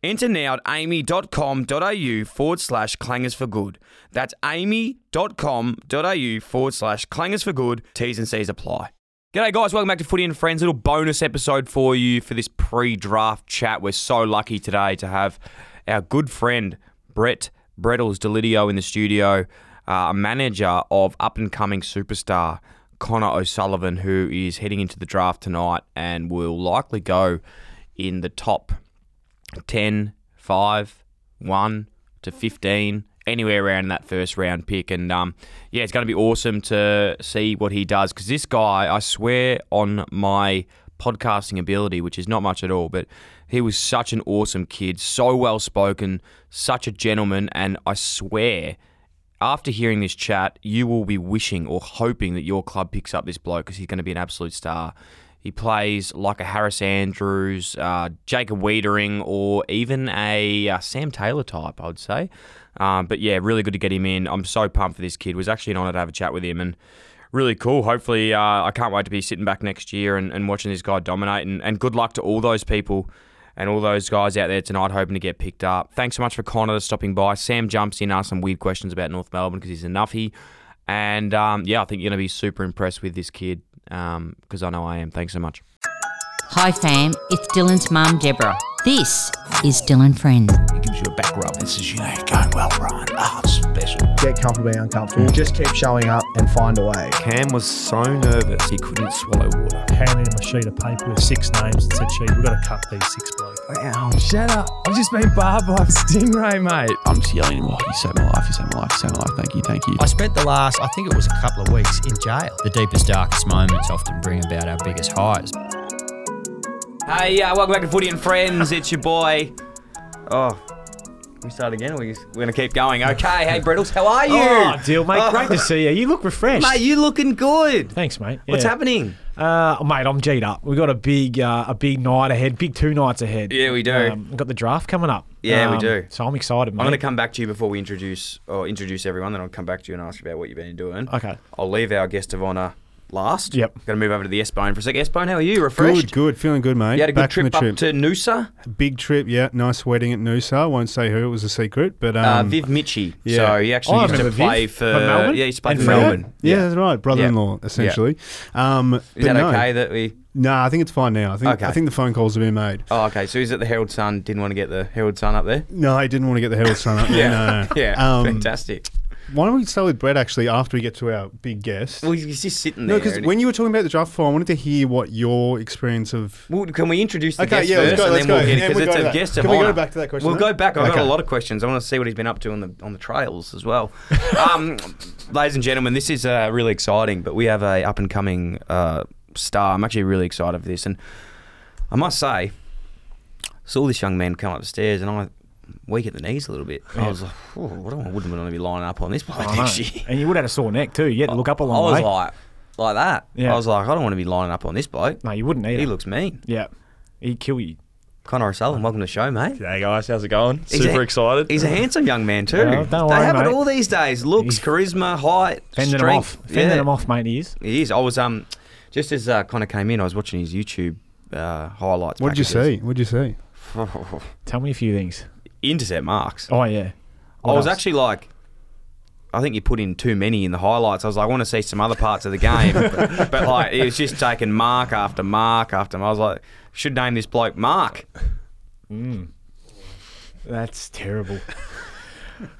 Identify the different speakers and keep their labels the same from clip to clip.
Speaker 1: Enter now at amy.com.au forward slash clangers for good. That's amy.com.au forward slash clangers for good. T's and C's apply. G'day, guys. Welcome back to Footy and Friends. Little bonus episode for you for this pre draft chat. We're so lucky today to have our good friend, Brett Brettles Delidio, in the studio, uh, a manager of up and coming superstar Connor O'Sullivan, who is heading into the draft tonight and will likely go in the top 10, 5, 1 to 15, anywhere around that first round pick. And um, yeah, it's going to be awesome to see what he does because this guy, I swear on my podcasting ability, which is not much at all, but he was such an awesome kid, so well spoken, such a gentleman. And I swear, after hearing this chat, you will be wishing or hoping that your club picks up this bloke because he's going to be an absolute star. He plays like a Harris Andrews, uh, Jacob Wiedering, or even a uh, Sam Taylor type, I would say. Um, but yeah, really good to get him in. I'm so pumped for this kid. It was actually an honour to have a chat with him and really cool. Hopefully, uh, I can't wait to be sitting back next year and, and watching this guy dominate. And, and good luck to all those people and all those guys out there tonight hoping to get picked up. Thanks so much for Connor stopping by. Sam jumps in, asks some weird questions about North Melbourne because he's a nuffy. And um, yeah, I think you're going to be super impressed with this kid because I know I am. Thanks so much.
Speaker 2: Hi, fam. It's Dylan's mum, Deborah. This is Dylan Friend.
Speaker 3: He gives you a back rub and says, you know, you're going well, Brian. Ah, it's special.
Speaker 4: get comfortable being uncomfortable. Just keep showing up and find a way.
Speaker 3: Cam was so nervous he couldn't swallow water.
Speaker 5: handing him a sheet of paper with six names and said, Sheet, we've got to cut these six blokes.
Speaker 3: Wow, shut up. I've just been barred by a stingray, mate.
Speaker 6: I'm just yelling, well, you saved my life, you saved my life, you saved my life, thank you, thank you.
Speaker 7: I spent the last, I think it was a couple of weeks in jail. The deepest, darkest moments often bring about our biggest highs.
Speaker 1: Hey, uh, welcome back to Footy and Friends. It's your boy. Oh, we start again. Or we, we're going to keep going. Okay. Hey, Brittles, how are you?
Speaker 5: Oh, deal, mate. Great to see you. You look refreshed.
Speaker 1: Mate, you looking good.
Speaker 5: Thanks, mate.
Speaker 1: What's
Speaker 5: Yeah.
Speaker 1: happening?
Speaker 5: Uh, mate, I'm G'd up. We've got a big uh, a big night ahead, big two nights ahead.
Speaker 1: Yeah, we do.
Speaker 5: Um, we've got the draft coming up.
Speaker 1: Yeah, we
Speaker 5: Um,
Speaker 1: do.
Speaker 5: So I'm excited, mate.
Speaker 1: I'm going to come back to you before we introduce or introduce everyone. Then I'll come back to you and ask you about what you've been doing.
Speaker 5: Okay.
Speaker 1: I'll leave our guest of honour last.
Speaker 5: Yep.
Speaker 1: Going to move over to the S Bone for a sec. S Bone, how are you? Refreshed.
Speaker 8: Good, good. Feeling good, mate.
Speaker 1: You had a good
Speaker 8: Back from
Speaker 1: trip
Speaker 8: the
Speaker 1: up to Noosa.
Speaker 8: Big trip, yeah. Nice wedding at Noosa. Won't say who, it was a secret. But um,
Speaker 1: uh, Viv Mitchie.
Speaker 8: yeah.
Speaker 1: So he actually
Speaker 5: Oh, I
Speaker 1: used to
Speaker 5: remember Viv
Speaker 1: play for,
Speaker 5: from Melbourne?
Speaker 1: Yeah, he used to play
Speaker 5: And
Speaker 1: for
Speaker 8: yeah.
Speaker 1: Melbourne.
Speaker 8: Yeah, that's right. Brother-in-law, essentially. Um,
Speaker 1: Is that okay that we?
Speaker 8: No, nah, I think it's fine now. I think
Speaker 1: Okay.
Speaker 8: I think the phone calls have been made.
Speaker 1: Oh, okay. So he's at the Herald Sun. Didn't want to get the Herald Sun up there.
Speaker 8: No, I didn't want to get the Herald Sun up.
Speaker 1: Yeah.
Speaker 8: no, no.
Speaker 1: yeah.
Speaker 8: Um,
Speaker 1: fantastic.
Speaker 8: Why don't we start with Brett actually after we get to our big guest?
Speaker 1: Well, he's just sitting there.
Speaker 8: no, because
Speaker 1: and-
Speaker 8: when you were talking about the draft before, I wanted to hear what your experience of.
Speaker 1: Well, can we introduce the
Speaker 8: Okay,
Speaker 1: guest
Speaker 8: yeah,
Speaker 1: first,
Speaker 8: let's go,
Speaker 1: and
Speaker 8: let's
Speaker 1: then we'll
Speaker 8: go.
Speaker 1: get
Speaker 8: Yeah,
Speaker 1: it because
Speaker 8: we'll go
Speaker 1: it's
Speaker 8: to
Speaker 1: a
Speaker 8: that.
Speaker 1: guest of
Speaker 8: Can we go
Speaker 1: honour.
Speaker 8: back to that question
Speaker 1: We'll
Speaker 8: then?
Speaker 1: go back. I've got
Speaker 8: Okay.
Speaker 1: a lot of questions. I want to see what he's been up to on the on the trails as well. um, ladies and gentlemen, this is uh, really exciting. But we have a up and coming uh, star. I'm actually really excited for this, and I must say, saw this young man come upstairs, and I. Weak at the knees a little bit. I was like, "Phew, what do I wouldn't want to be lining up on this bloke
Speaker 5: I know.
Speaker 1: next year?
Speaker 5: And you would have had a sore neck, too. You had to look up a
Speaker 1: I
Speaker 5: long
Speaker 1: was
Speaker 5: way.
Speaker 1: like, like that.
Speaker 5: Yeah.
Speaker 1: I was like, I don't want to be lining up on this bloke.
Speaker 5: no, you wouldn't either.
Speaker 1: He looks mean.
Speaker 5: Yeah. He'd kill you.
Speaker 1: Connor O'Sullivan, welcome to the show, mate.
Speaker 9: Hey Oh. guys, how's it going?
Speaker 1: He's
Speaker 9: Super
Speaker 1: a-
Speaker 9: excited.
Speaker 1: He's a handsome young man too.
Speaker 5: Yeah, don't
Speaker 1: they
Speaker 5: worry,
Speaker 1: have it
Speaker 5: mate.
Speaker 1: all these days: looks,
Speaker 5: He's
Speaker 1: charisma, height,
Speaker 5: Fending him
Speaker 1: strength.
Speaker 5: off. Fending
Speaker 1: Yeah,
Speaker 5: him off, mate, he is.
Speaker 1: He is. I was um, just as uh, Connor came in, I was watching his YouTube uh, highlights.
Speaker 8: What did you
Speaker 1: packages.
Speaker 8: see? What did you see?
Speaker 5: Tell me a few things.
Speaker 1: Intercept marks.
Speaker 5: Oh, yeah.
Speaker 1: I
Speaker 5: What
Speaker 1: was
Speaker 5: else?
Speaker 1: actually like. I think he put in too many in the highlights. I was like, I want to see some other parts of the game, but, but like it was just taking mark after mark after. Mark. I was like, should name this bloke Mark.
Speaker 5: That's terrible.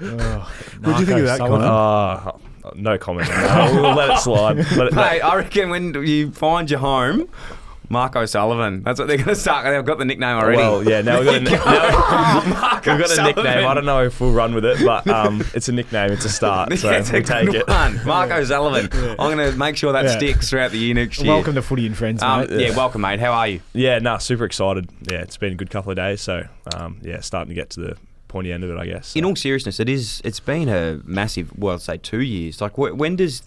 Speaker 5: Oh,
Speaker 8: What do you think
Speaker 5: Marco
Speaker 8: of that,
Speaker 5: Sullivan.
Speaker 8: Connor?
Speaker 1: Oh,
Speaker 9: Uh, no comment. on that. we'll let it slide. Let it,
Speaker 1: Mate, I reckon when you find your home, Mark O'Sullivan. That's what they're going to start. They've got the nickname already.
Speaker 9: well, yeah. Now we've got a, nick- now we've got a nickname. I don't know if we'll run with it, but um, it's a nickname. It's a start. So
Speaker 1: That's
Speaker 9: we'll
Speaker 1: a
Speaker 9: take
Speaker 1: good
Speaker 9: it.
Speaker 1: one. Mark O'Sullivan. I'm going to make sure that
Speaker 5: Yeah.
Speaker 1: sticks throughout the year next year.
Speaker 5: Welcome to Footy and Friends,
Speaker 1: Um,
Speaker 5: mate.
Speaker 1: yeah, welcome, mate. How are you?
Speaker 9: Yeah, nah, super excited. Yeah, it's been a good couple of days. So um, yeah, starting to get to the pointy end of it, I guess.
Speaker 1: in all seriousness, it is. It's been a massive. Well, I'd say two years. Like, wh- when does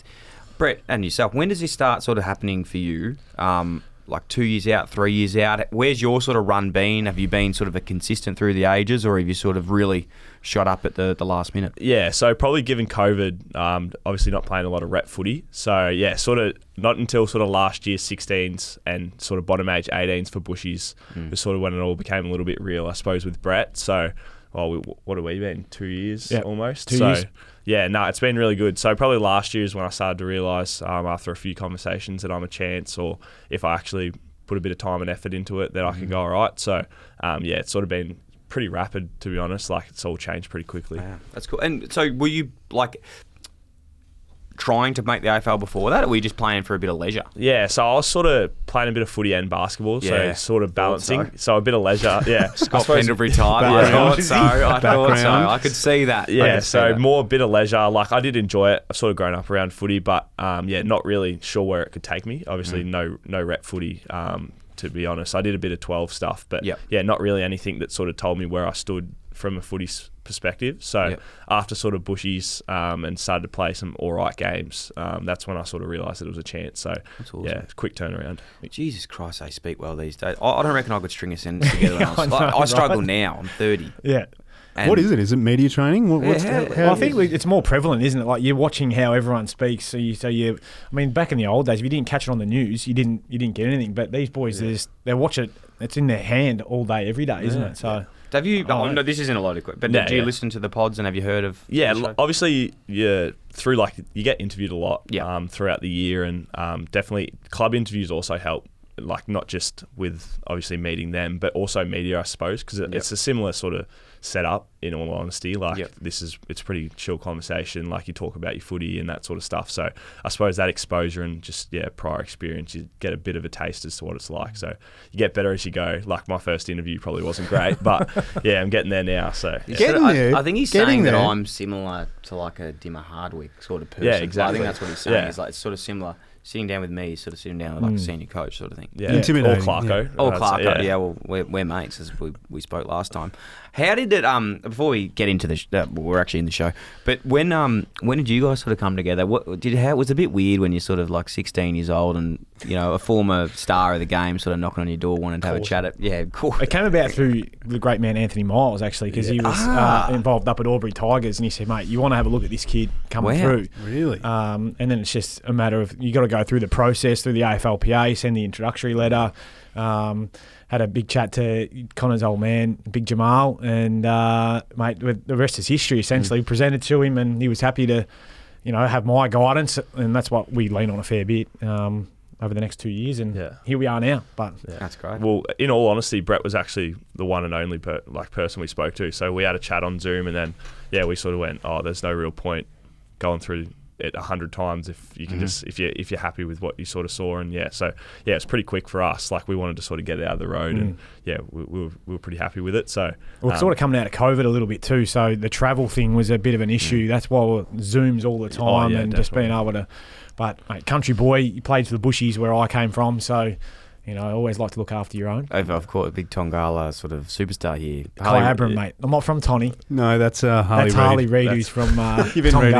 Speaker 1: Brett and yourself? When does this start sort of happening for you? Um, like two years out, three years out. Where's your sort of run been? Have you been sort of a consistent through the ages, or have you sort of really shot up at the, the last minute?
Speaker 9: yeah, so probably given COVID, um, obviously not playing a lot of rep footy. So yeah, sort of not until sort of last year 16s and sort of bottom age 18s for bushies
Speaker 5: Hmm.
Speaker 9: was sort of when it all became a little bit real, I suppose, with Brett. So, oh, we, what have we been? Two years
Speaker 5: Yeah,
Speaker 9: almost.
Speaker 5: two
Speaker 9: so,
Speaker 5: years.
Speaker 9: Yeah, no, it's been really good. So probably last year is when I started to realise um, after a few conversations that I'm a chance, or if I actually put a bit of time and effort into it, that I can
Speaker 5: Hmm.
Speaker 9: go all right. So um, yeah, it's sort of been pretty rapid to be honest. Like it's all changed pretty quickly.
Speaker 1: That's cool. And so, were you like trying to make the AFL before that, or were you just playing for a bit of leisure?
Speaker 9: Yeah, so I was sort of playing a bit of footy and basketball, so
Speaker 1: Yeah.
Speaker 9: it's sort of balancing. So. a bit of leisure, yeah.
Speaker 1: Scott Pendlebury type. I
Speaker 9: Background.
Speaker 1: thought so. I thought so.
Speaker 8: Background.
Speaker 1: I could see that. I
Speaker 9: Yeah,
Speaker 1: could see
Speaker 9: so
Speaker 1: that.
Speaker 9: more a bit of leisure. Like I did enjoy it. I've sort of grown up around footy, but um, yeah, not really sure where it could take me.
Speaker 1: Mm.
Speaker 9: Obviously, no no rep footy. Um, to be honest, I did a bit of twelve stuff, but
Speaker 1: Yep.
Speaker 9: yeah, not really anything that sort of told me where I stood from a footy s- perspective. So
Speaker 1: Yep.
Speaker 9: after sort of bushies um, and started to play some all right games, um, that's when I sort of realised that it was a chance. So
Speaker 1: awesome.
Speaker 9: yeah, quick turnaround.
Speaker 1: Jesus Christ, they speak well these days. I, I don't reckon I could string a sentence together. when I, was, I, I struggle now. I'm 30.
Speaker 5: Yeah.
Speaker 1: And
Speaker 8: what is it? Is it media training? What, what's
Speaker 1: Yeah,
Speaker 8: how-
Speaker 1: yeah.
Speaker 8: how-
Speaker 5: Well, I think we- it's more prevalent, isn't it? Like you're watching how everyone speaks. So you, so you, I mean, back in the old days, if you didn't catch it on the news, you didn't, you didn't get anything. But these boys, they just, they watch it. It's in their hand all day, every day, isn't it? So
Speaker 1: Have you?
Speaker 5: Oh,
Speaker 1: Oh, no, this isn't a lot of quick. But
Speaker 9: No,
Speaker 1: do you
Speaker 9: yeah.
Speaker 1: listen to the pods and have you heard of?
Speaker 9: Yeah,
Speaker 1: the
Speaker 9: l- oh,
Speaker 1: show?
Speaker 9: obviously, yeah, through like you get interviewed a lot
Speaker 1: Yeah.
Speaker 9: um, throughout the year, and um, definitely club interviews also help. Like not just with obviously meeting them, but also media, I suppose, because
Speaker 1: Yep.
Speaker 9: it's a similar sort of setup. In all honesty, like
Speaker 1: Yep.
Speaker 9: this is it's pretty chill conversation. Like you talk about your footy and that sort of stuff. So I suppose that exposure and just yeah prior experience, you get a bit of a taste as to what it's like. So you get better as you go. Like my first interview probably wasn't great, but yeah, I'm getting there now. So yeah.
Speaker 8: Getting
Speaker 1: I,
Speaker 8: there.
Speaker 1: I think he's
Speaker 8: getting
Speaker 1: saying
Speaker 8: there.
Speaker 1: that I'm similar to like a Dimmer Hardwick sort of person.
Speaker 9: Yeah,
Speaker 1: Like, I
Speaker 9: exactly.
Speaker 1: think that's what he's saying.
Speaker 9: Yeah.
Speaker 1: He's like it's sort of similar. Sitting down with me, is sort of sitting down with like a senior coach, sort of thing.
Speaker 9: Yeah.
Speaker 8: Intimidating,
Speaker 9: Or Clarko.
Speaker 1: Oh,
Speaker 9: I'd say,
Speaker 1: Clark. Yeah. well, we're, we're mates as we, we spoke last time. How did it? Um, before we get into the, sh- uh, well, we're actually in the show. But when um, when did you guys sort of come together? What did how it was a bit weird when you're sort of like 16 years old and you know a former star of the game sort of knocking on your door wanting to have a chat at yeah, cool.
Speaker 5: it came about through the great man Anthony Miles actually, because he was uh, involved up at Aubrey Tigers, and he said, "Mate, you want to have a look at this kid coming
Speaker 1: Wow.
Speaker 5: through."
Speaker 8: Really?
Speaker 5: Um, and then it's just a matter of you got to go through the process through the AFLPA, send the introductory letter. Um, had a big chat to Connor's old man, Big Jamal, and uh, mate, with the rest is history. Essentially, presented to him, and he was happy to, you know, have my guidance, and that's what we lean on a fair bit um, over the next two years. And
Speaker 9: Yeah.
Speaker 5: here we are now. But
Speaker 1: That's great.
Speaker 9: Well, in all honesty, Brett was actually the one and only per- like person we spoke to. So we had a chat on Zoom, and then yeah, we sort of went, oh, there's no real point going through it a hundred times if you can just if you if you're happy with what you sort of saw, and yeah, so yeah, it's pretty quick for us. Like we wanted to sort of get it out of the road, and yeah, we, we, were, we were pretty happy with it. So
Speaker 5: We're
Speaker 9: um,
Speaker 5: sort of coming out of COVID a little bit too, so the travel thing was a bit
Speaker 1: Mm.
Speaker 5: of an issue. That's why we're Zooms all the time
Speaker 9: Oh, yeah,
Speaker 5: and just being able to. But mate, country boy, you played for the Bushies where I came from, so you know I always like to look after your own.
Speaker 1: I've, I've caught a big Tongala sort of superstar here.
Speaker 5: Clay
Speaker 1: Harley-
Speaker 5: Abram, mate. I'm not from Tony.
Speaker 8: no, that's uh, Harley.
Speaker 5: That's Harley Reid, who's
Speaker 8: That's-
Speaker 5: from uh,
Speaker 8: You've been reading.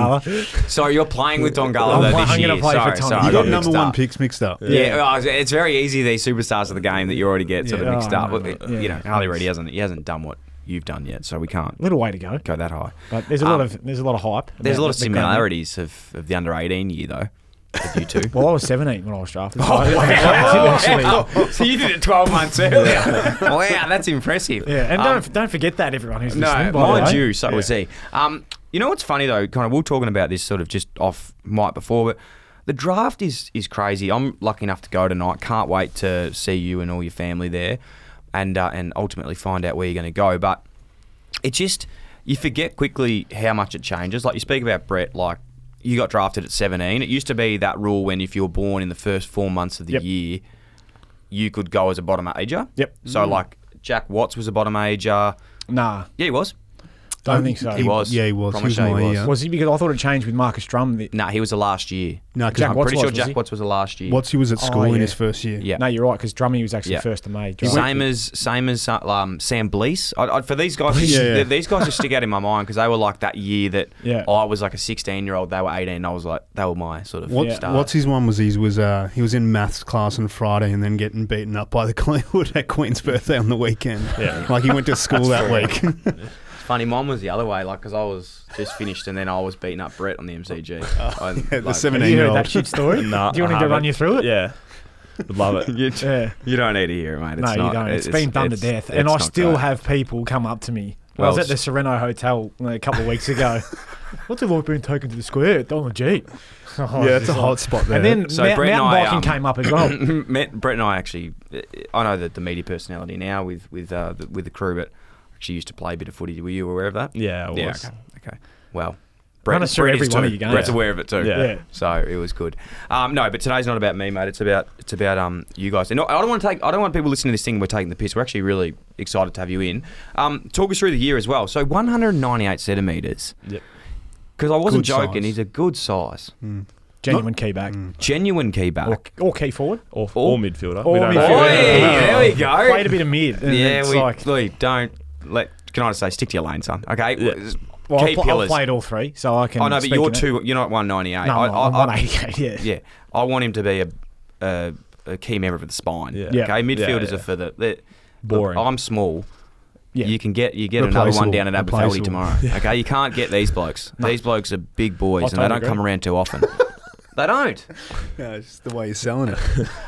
Speaker 5: Tongala.
Speaker 1: Sorry, you're playing with Tongala
Speaker 5: I'm
Speaker 1: though
Speaker 5: pla-
Speaker 1: this
Speaker 5: I'm
Speaker 1: year.
Speaker 5: gonna play for
Speaker 1: sorry,
Speaker 5: Tongala.
Speaker 1: sorry,
Speaker 5: You
Speaker 1: I
Speaker 8: You got
Speaker 1: mixed
Speaker 8: number one
Speaker 1: up.
Speaker 8: picks mixed up.
Speaker 1: Yeah, well, it's- it's very easy. These superstars of the game that you already get sort of
Speaker 5: Yeah.
Speaker 1: mixed
Speaker 5: Oh,
Speaker 1: up.
Speaker 5: no,
Speaker 1: Well,
Speaker 5: no.
Speaker 1: You know,
Speaker 5: Yeah.
Speaker 1: Harley Reid he hasn't he hasn't done what you've done yet, so we can't
Speaker 5: Little way to go,
Speaker 1: go that high.
Speaker 5: but there's a lot
Speaker 1: Um,
Speaker 5: of there's a lot of hype.
Speaker 1: There's a
Speaker 5: about
Speaker 1: lot of
Speaker 5: the- the game.
Speaker 1: similarities of, of the under eighteen year though. Of you two.
Speaker 5: Well, I was 17 when I was drafted.
Speaker 1: Oh,
Speaker 5: so I- that's it, actually.
Speaker 1: so you did it twelve months earlier. wow, that's impressive.
Speaker 5: Yeah, and
Speaker 1: Um,
Speaker 5: don't don't forget that everyone who's
Speaker 1: No,
Speaker 5: listening. by eh? the
Speaker 1: mind
Speaker 5: way.
Speaker 1: you, so was he. Um, you know what's funny though, kind of we are talking about this sort of just off mic before, but the draft is is crazy. I'm lucky enough to go tonight. Can't wait to see you and all your family there, and uh, and ultimately find out where you're going to go. But it just you forget quickly how much it changes. Like you speak about Brett, like you got drafted at 17. It used to be that rule when if you were born in the first four months of the
Speaker 5: Yep.
Speaker 1: year, you could go as a bottom ager.
Speaker 5: Yep.
Speaker 1: So like Jack Watts was a bottom ager.
Speaker 5: Nah,
Speaker 1: Yeah, he was.
Speaker 5: Don't think so.
Speaker 1: He was.
Speaker 8: Yeah, he was.
Speaker 1: Promise
Speaker 8: he
Speaker 1: you
Speaker 8: was
Speaker 1: he
Speaker 8: my uh,
Speaker 1: was.
Speaker 8: year.
Speaker 5: Was he because I thought it changed with Marcus Drum? The,
Speaker 1: Nah, he was the last year.
Speaker 8: No,
Speaker 5: Jack
Speaker 8: because
Speaker 1: I'm
Speaker 5: Watts
Speaker 1: pretty
Speaker 5: was,
Speaker 1: sure
Speaker 5: was
Speaker 1: Jack
Speaker 5: he?
Speaker 1: Watts was the last year.
Speaker 8: Watts he was at
Speaker 5: Oh,
Speaker 8: school in
Speaker 5: yeah.
Speaker 8: his first year.
Speaker 1: Yeah.
Speaker 5: No, you're right because Drummy was actually
Speaker 1: Yeah.
Speaker 5: first of May. Drum-
Speaker 1: Same as same as um, Sam Blease. I, I, for these guys,
Speaker 8: Yeah, yeah.
Speaker 1: th- these guys just stick out in my mind because they were like that year that
Speaker 5: Yeah.
Speaker 1: I was like a 16 year old. They were 18. I was like they were my sort of
Speaker 8: What,
Speaker 1: stars.
Speaker 8: What's his one was his was uh, he was in maths class on Friday and then getting beaten up by the Collingwood at Queen's birthday on the weekend.
Speaker 9: Yeah.
Speaker 8: like he went to school that week.
Speaker 1: Funny, mine was the other way. Like because I was just finished and then I was beating up Brett on the MCG. I-
Speaker 8: the
Speaker 1: like-
Speaker 8: seven-
Speaker 5: Have you heard
Speaker 8: 17-year-old.
Speaker 5: that shit story?
Speaker 9: Nah,
Speaker 5: Do you want me
Speaker 9: I
Speaker 5: to run
Speaker 9: haven't.
Speaker 5: you through it?
Speaker 9: Yeah, would love it.
Speaker 1: You,
Speaker 5: Yeah.
Speaker 1: you don't need to hear it, mate. It's
Speaker 5: no,
Speaker 1: not-
Speaker 5: you don't. it's been done to death,
Speaker 1: it's
Speaker 5: and I
Speaker 1: not
Speaker 5: still
Speaker 1: great.
Speaker 5: have people come up to me. I
Speaker 1: Well,
Speaker 5: was at the
Speaker 1: it's-
Speaker 5: Sereno Hotel uh, a couple of weeks ago. What's it like being taken to the square? Donald Jeep. Oh,
Speaker 8: yeah, it's a
Speaker 5: just
Speaker 8: hot spot there.
Speaker 5: And then
Speaker 1: So
Speaker 5: mou-
Speaker 1: Brett and
Speaker 5: mountain
Speaker 1: I,
Speaker 5: biking
Speaker 1: um,
Speaker 5: came up as well.
Speaker 1: Matt, Brett and I actually, I know that the media personality now with with uh, the, with the crew, but actually used to play a bit of footy. Were you aware of that?
Speaker 9: Yeah, I was.
Speaker 1: Yeah. Okay. okay. Well,
Speaker 5: Run us through every
Speaker 1: is
Speaker 5: one
Speaker 1: too.
Speaker 5: of your games.
Speaker 1: Brett's
Speaker 5: Yeah.
Speaker 1: aware of it too.
Speaker 9: Yeah.
Speaker 5: Yeah.
Speaker 1: So it was good. Um, no, but today's not about me, mate. It's about it's about um you guys. And no, I don't want to take. I don't want people listening to this thing. We're taking the piss. We're actually really excited to have you in. Um, talk us through the year as well. So 198 centimeters.
Speaker 9: Yep.
Speaker 1: Because I wasn't
Speaker 8: Good
Speaker 1: joking.
Speaker 8: size. Hmm.
Speaker 1: He's a good size,
Speaker 5: Genuine key back
Speaker 1: Mm, genuine key back.
Speaker 5: or, or key forward.
Speaker 9: Or,
Speaker 1: Or-
Speaker 9: or midfielder.
Speaker 5: or
Speaker 9: we don't
Speaker 5: midfielder.
Speaker 9: know.
Speaker 1: Oi, there we go.
Speaker 5: Played a bit of mid. And
Speaker 1: Yeah,
Speaker 5: it's
Speaker 1: we,
Speaker 5: like,
Speaker 1: we don't let. Can I just say, stick to your lane, son? Okay.
Speaker 5: well,
Speaker 1: Key
Speaker 5: I've, pl- I've
Speaker 1: pillars.
Speaker 5: played all three, so I can.
Speaker 1: I know, but
Speaker 5: speak
Speaker 1: you're
Speaker 5: in it.
Speaker 1: two. You're not 198.
Speaker 5: No,
Speaker 1: I,
Speaker 5: I'm,
Speaker 1: I-
Speaker 5: I'm
Speaker 1: I-
Speaker 5: 188. Yeah.
Speaker 1: Yeah, I want him to be a a, a key member of the spine.
Speaker 9: Yeah.
Speaker 5: Yeah.
Speaker 1: Okay, midfielders
Speaker 9: yeah.
Speaker 1: are for the they're-
Speaker 9: Boring.
Speaker 1: Look, I'm small.
Speaker 5: Yeah.
Speaker 1: You can get you get another one
Speaker 8: Replaceable.
Speaker 1: down at Aberfeldy
Speaker 8: Replaceable.
Speaker 1: tomorrow. Okay, you can't get these blokes. These blokes are big boys,
Speaker 5: I
Speaker 1: and they
Speaker 5: totally
Speaker 1: don't
Speaker 5: agree.
Speaker 1: come around too often. they don't.
Speaker 8: Yeah, it's just the way you're selling it.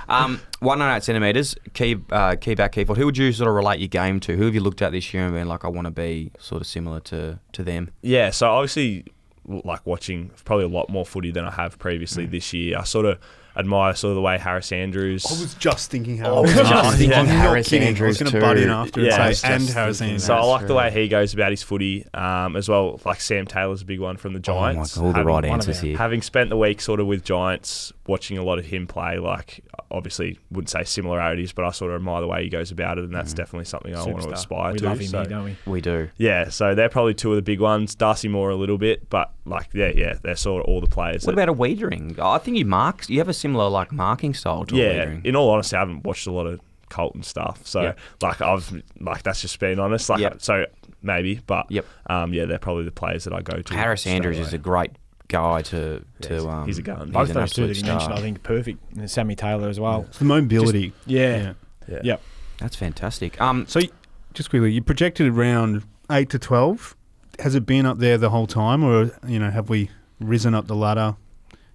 Speaker 1: Um, 198 centimeters, key uh, key back, key forward. Who would you sort of relate your game to? Who have you looked at this year and been like, I want to be sort of similar to to them?
Speaker 9: Yeah, so obviously, w- like watching probably a lot more footy than I have previously this year. I sort of admire sort of the way Harris Andrews.
Speaker 8: I was just thinking how. I
Speaker 1: was just thinking Harris
Speaker 8: I
Speaker 1: Andrews
Speaker 8: was going
Speaker 1: too.
Speaker 8: to butt in after
Speaker 9: Yeah, I
Speaker 8: and
Speaker 9: was
Speaker 8: say, and
Speaker 1: just
Speaker 8: Harris
Speaker 1: thinking
Speaker 8: Andrews.
Speaker 9: so I
Speaker 1: That's
Speaker 9: like the
Speaker 1: right.
Speaker 9: way he goes about his footy um, as well. Like Sam Taylor's a big one from the Giants.
Speaker 1: all the
Speaker 9: Having-
Speaker 1: right answers here.
Speaker 9: Having spent the week sort of with Giants, watching a lot of him play, like obviously wouldn't say similarities, but I sort of admire the way he goes about it, and that's definitely something I want to aspire
Speaker 5: we
Speaker 9: to.
Speaker 5: love him,
Speaker 9: so-
Speaker 5: here, don't we?
Speaker 1: We do.
Speaker 9: yeah, so they're probably two of the big ones. Darcy Moore a little bit, but like yeah, yeah, they're sort of all the players.
Speaker 1: What
Speaker 9: that-
Speaker 1: about a weedering? I think you mark. You have a similar like marking style to a
Speaker 9: yeah,
Speaker 1: weedering.
Speaker 9: in all honesty, I haven't watched a lot of Colton stuff. So
Speaker 1: Yep.
Speaker 9: like I've like that's just being honest. Like
Speaker 1: Yep.
Speaker 9: so maybe, but
Speaker 1: Yep.
Speaker 9: um yeah, they're probably the players that I go to.
Speaker 1: Harris
Speaker 9: straight
Speaker 1: Andrews
Speaker 9: away.
Speaker 1: is a great guy to to.
Speaker 9: he's-
Speaker 1: um,
Speaker 9: he's a
Speaker 1: he's
Speaker 9: gun. Both
Speaker 5: Both
Speaker 1: an
Speaker 5: those two
Speaker 1: absolute
Speaker 5: that you mentioned,
Speaker 1: star.
Speaker 5: I think, perfect. And Sammy Taylor as well.
Speaker 8: It's the mobility.
Speaker 5: Yeah.
Speaker 8: Yeah.
Speaker 9: Yeah.
Speaker 5: Yep.
Speaker 1: That's fantastic. Um,
Speaker 8: So, y- just quickly, you projected around eight to twelve. Has it been up there the whole time, or you know, have we risen up the ladder?